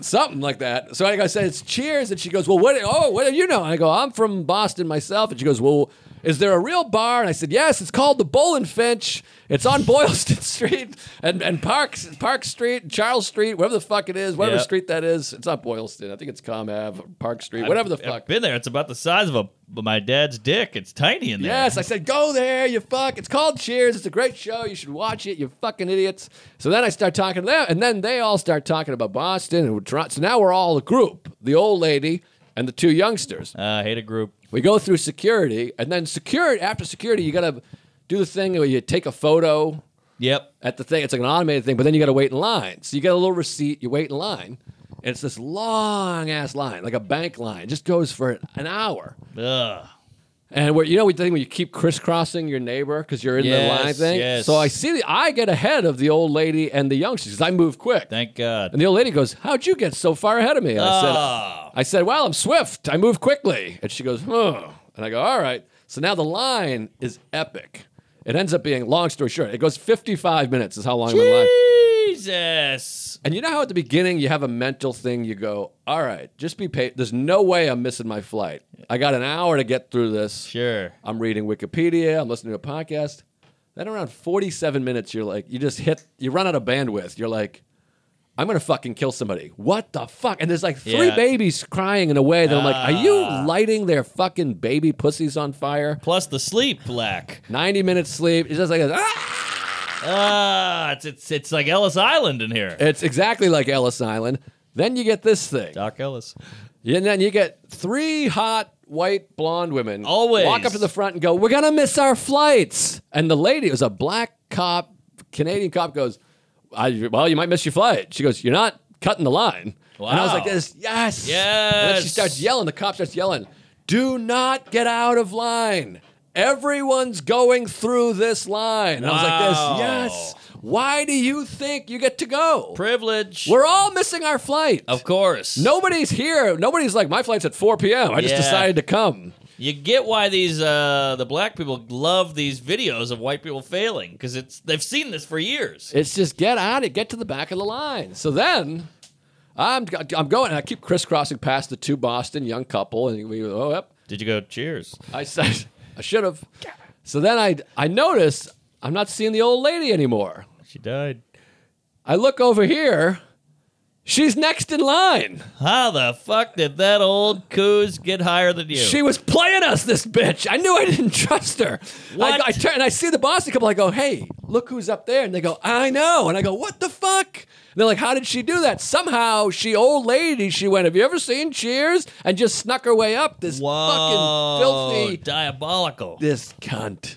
Speaker 3: Something like that. So I said, it's cheers. And she goes, well, what, oh, what do you know? And I go, I'm from Boston myself. And she goes, well, is there a real bar? And I said, yes, it's called the Bull and Finch. It's on Boylston Street and, and Park, Park Street, Charles Street, whatever the fuck it is, whatever
Speaker 2: Yeah.
Speaker 3: street that is. It's not Boylston. I think it's Com Ave, or Park Street, whatever the
Speaker 2: I've-
Speaker 3: fuck.
Speaker 2: I've been there. It's about the size of a my dad's dick. It's tiny in there.
Speaker 3: Yes, I said, go there, you fuck. It's called Cheers. It's a great show. You should watch it, you fucking idiots. So then I start talking to them, and then they all start talking about Boston. And we're try- so now we're all a group the old lady and the two youngsters.
Speaker 2: Uh, I hate a group.
Speaker 3: We go through security, and then security, after security, you got to do the thing where you take a photo
Speaker 2: Yep.
Speaker 3: at the thing. It's like an automated thing, but then you got to wait in line. So you get a little receipt, you wait in line, and it's this long ass line, like a bank line. It just goes for an hour.
Speaker 2: Ugh.
Speaker 3: And where you know we thing where you keep crisscrossing your neighbor because you're in
Speaker 2: Yes,
Speaker 3: the line thing.
Speaker 2: yes.
Speaker 3: So I see the I get ahead of the old lady and the youngsters 'cause I move quick.
Speaker 2: Thank God.
Speaker 3: and the old lady goes, "How'd you get so far ahead of me?" And I
Speaker 2: Ah.
Speaker 3: said, "I said, well, I'm swift. I move quickly." And she goes, "Oh," and I go, "All right." So now the line is epic. It ends up being long story short. It goes 55 minutes is how long I'm in line.
Speaker 2: Jesus.
Speaker 3: And you know how at the beginning you have a mental thing. You go, "All right, just be patient. There's no way I'm missing my flight. I got an hour to get through this."
Speaker 2: Sure.
Speaker 3: I'm reading Wikipedia, I'm listening to a podcast. Then around 47 minutes, you're like, you just hit, you run out of bandwidth. You're like, I'm gonna fucking kill somebody. What the fuck? And there's like three
Speaker 2: Yeah.
Speaker 3: babies crying in a way that I'm like, are you lighting their fucking baby pussies on fire?
Speaker 2: Plus the sleep lack.
Speaker 3: 90 minutes sleep. It's just like, ah!
Speaker 2: Ah, it's it's it's like Ellis Island in here.
Speaker 3: it's exactly like Ellis Island. Then you get this thing.
Speaker 2: Doc Ellis.
Speaker 3: And then you get three hot white blonde women
Speaker 2: Always.
Speaker 3: walk up to the front and go, "We're gonna miss our flights." And the lady, it was a black cop, Canadian cop, goes, I, "Well, you might miss your flight." She goes, "You're not cutting the line." And I was
Speaker 2: Wow.
Speaker 3: like, "This, yes,
Speaker 2: Yes.
Speaker 3: And then she starts yelling. The cop starts yelling, "Do not get out of line." Everyone's going through this line. And I was
Speaker 2: Wow.
Speaker 3: like, this, yes. Why do you think you get to go?
Speaker 2: Privilege.
Speaker 3: We're all missing our flight.
Speaker 2: of course.
Speaker 3: Nobody's here. Nobody's like, my flight's at 4 p.m. I just
Speaker 2: Yeah.
Speaker 3: decided to come.
Speaker 2: You get why these uh, the black people love these videos of white people failing because it's they've seen this for years.
Speaker 3: It's just get out it, get to the back of the line. So then I'm, I'm going, and I keep crisscrossing past the two Boston young couple, and we go, oh, yep.
Speaker 2: Did you go? Cheers.
Speaker 3: I said, I should have. So then I, I notice I'm not seeing the old lady anymore.
Speaker 2: She died.
Speaker 3: I look over here. She's next in line.
Speaker 2: How the fuck did that old coos get higher than you?
Speaker 3: She was playing us, this bitch. I knew I didn't trust her.
Speaker 2: What?
Speaker 3: I, I turn and I see the Boston couple. I go, hey, look who's up there. And they go, I know. And I go, what the fuck? And they're like, how did she do that? Somehow, she old lady, she went, have you ever seen Cheers? And just snuck her way up this
Speaker 2: Whoa,
Speaker 3: fucking filthy,
Speaker 2: diabolical.
Speaker 3: this cunt.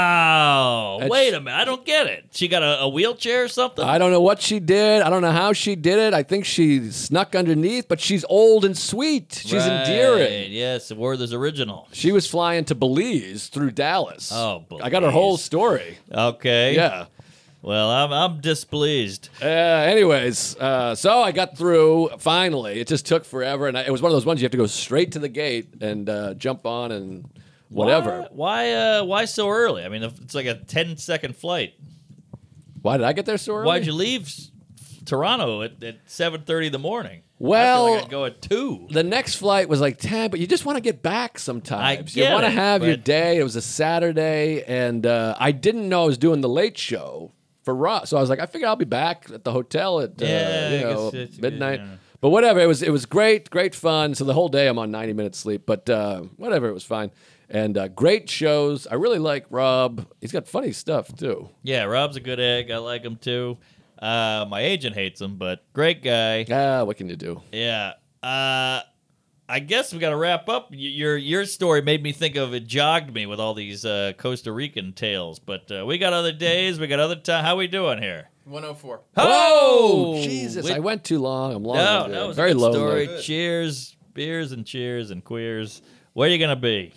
Speaker 2: Wow.
Speaker 3: That's-
Speaker 2: Wait a minute. I don't get it. She got a, a wheelchair or something?
Speaker 3: I don't know what she did. I don't know how she did it. I think she snuck underneath, but she's old and sweet. She's
Speaker 2: Right.
Speaker 3: endearing.
Speaker 2: Yes, the word is original.
Speaker 3: She was flying to Belize through Dallas.
Speaker 2: Oh,
Speaker 3: I got her whole
Speaker 2: Belize.
Speaker 3: story.
Speaker 2: Okay.
Speaker 3: Yeah.
Speaker 2: Well, I'm, I'm displeased.
Speaker 3: Uh, anyways, uh, so I got through finally. It just took forever, and I, it was one of those ones you have to go straight to the gate and uh, jump on and whatever.
Speaker 2: Why, why, uh, why so early? I mean, if it's like a 10 second flight.
Speaker 3: Why did I get there so early?
Speaker 2: Why'd you leave s- Toronto at, at 7.30 in the morning? I feel
Speaker 3: Well-
Speaker 2: like I'd go at 2.
Speaker 3: The next flight was like ten, but you just want to get back sometimes.
Speaker 2: I get
Speaker 3: you want to
Speaker 2: it,
Speaker 3: have your
Speaker 2: but-
Speaker 3: day. It was a Saturday, and uh, I didn't know I was doing the late show for Ross, so I was like, I figure I'll be back at the hotel at
Speaker 2: Yeah,
Speaker 3: uh, you
Speaker 2: I
Speaker 3: know,
Speaker 2: guess it's-
Speaker 3: midnight.
Speaker 2: yeah.
Speaker 3: But whatever, it was it was great, great fun. So the whole day I'm on 90 minutes sleep, but uh, whatever, it was fine. And uh, great shows. I really like Rob. He's got funny stuff too.
Speaker 2: Yeah, Rob's a good egg. I like him too. Uh, my agent hates him, but great guy.
Speaker 3: Ah, what can you do?
Speaker 2: Yeah. Uh, I guess we got to wrap up. Y- Your your story made me think of it jogged me with all these uh, Costa Rican tales, but uh, we got other days, we got other time. How we doing here?
Speaker 4: 104.
Speaker 3: Oh, Jesus!
Speaker 2: We-
Speaker 3: I went too long. I'm long.
Speaker 2: no,
Speaker 3: winded.
Speaker 2: no, it was
Speaker 3: very
Speaker 2: a good
Speaker 3: low.
Speaker 2: story.
Speaker 4: Good.
Speaker 2: Cheers, beers and cheers and queers. Where you gonna be?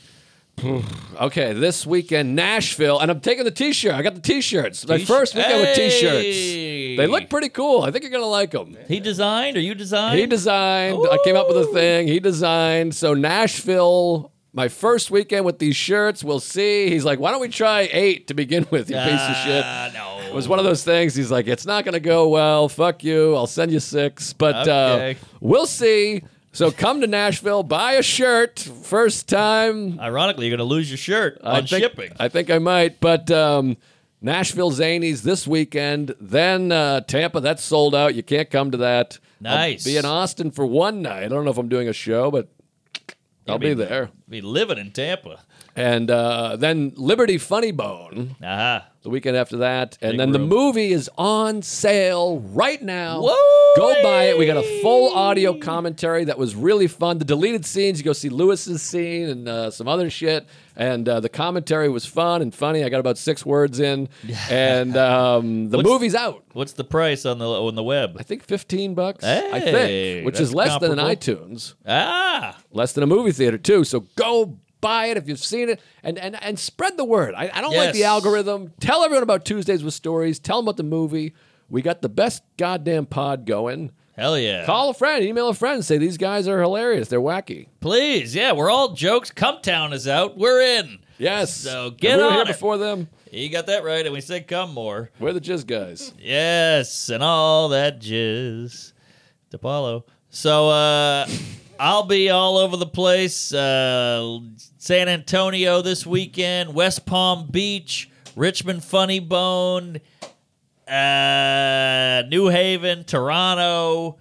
Speaker 3: Okay, this weekend Nashville, and I'm taking the T-shirt. I got the T-shirts. My first weekend with T-shirts.
Speaker 2: Hey!
Speaker 3: They look pretty cool. I think you're gonna like them.
Speaker 2: He designed, or you designed?
Speaker 3: He designed. I came up with a thing. He designed. So Nashville, my first weekend with these shirts. We'll see. He's like, why don't we try eight to begin with? You piece of shit.
Speaker 2: Ah, No.
Speaker 3: It was one of those things. He's like, it's not going to go well. Fuck you. I'll send you six. But
Speaker 2: Okay.
Speaker 3: uh, we'll see. So come to Nashville, buy a shirt. First time.
Speaker 2: Ironically, you're gonna lose your shirt
Speaker 3: I
Speaker 2: on
Speaker 3: think,
Speaker 2: shipping.
Speaker 3: I think I might. But um, Nashville Zanies this weekend. Then uh, Tampa, that's sold out. You can't come to that. I'll
Speaker 2: Nice.
Speaker 3: be in Austin for one night. I don't know if I'm doing a show, but I'll be there.
Speaker 2: be living in Tampa.
Speaker 3: And uh, then Liberty Funny Bone
Speaker 2: Aha.
Speaker 3: the weekend after that. And
Speaker 2: Big
Speaker 3: then the
Speaker 2: room.
Speaker 3: movie is on sale right now.
Speaker 2: Whoa!
Speaker 3: Go buy it. We got a full audio commentary that was really fun. The deleted scenes, you go see Lewis's scene and uh, some other shit. And uh, the commentary was fun and funny. I got about six words in. And um, the
Speaker 2: What's-
Speaker 3: movie's out.
Speaker 2: What's the price on the on the web?
Speaker 3: I think 15 bucks, I
Speaker 2: Hey,
Speaker 3: think, which
Speaker 2: that's
Speaker 3: is less than an
Speaker 2: comparable.
Speaker 3: iTunes
Speaker 2: Ah,
Speaker 3: less than a movie theater too. So go buy it if you've seen it, and and and spread the word. I, I don't like the
Speaker 2: Yes.
Speaker 3: algorithm. Tell everyone about Tuesdays with Stories. Tell them about the movie. We got the best goddamn pod going.
Speaker 2: hell yeah!
Speaker 3: Call a friend, email a friend, say these guys are hilarious. They're wacky.
Speaker 2: Please, yeah, we're all jokes. Cumtown is out. We're in.
Speaker 3: Yes.
Speaker 2: So
Speaker 3: And
Speaker 2: get
Speaker 3: we were
Speaker 2: on
Speaker 3: here
Speaker 2: it.
Speaker 3: before them.
Speaker 2: You got that right, and we said come more.
Speaker 3: We're the jizz guys.
Speaker 2: Yes, and all that jizz. DePaulo. So uh I'll be all over the place. Uh San Antonio this weekend, West Palm Beach, Richmond Funny Bone, uh New Haven, Toronto,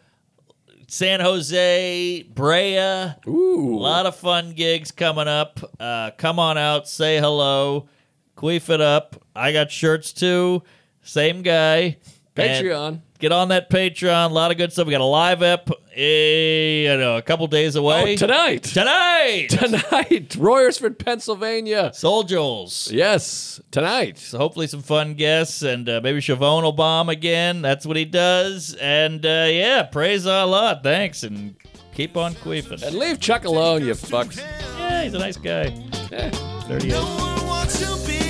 Speaker 2: San Jose, Brea.
Speaker 3: Ooh.
Speaker 2: A lot of fun gigs coming up. Uh, come on out, say hello, queef it up. I got shirts too. Same guy. And
Speaker 3: Patreon.
Speaker 2: get on that Patreon. A lot of good stuff. We got a live ep. eh, you know, a couple days away
Speaker 3: Oh, tonight.
Speaker 2: Tonight,
Speaker 3: tonight. Royersford, Pennsylvania.
Speaker 2: Soul Jules.
Speaker 3: Yes. Tonight.
Speaker 2: So hopefully some fun guests and uh, maybe Siobhan will bomb again. That's what he does. And uh, yeah, praise Allah. Thanks and keep on
Speaker 3: And
Speaker 2: queefing.
Speaker 3: leave Chuck alone, you fucks.
Speaker 2: Yeah, he's a nice guy.
Speaker 3: Eh.
Speaker 1: No one wants to be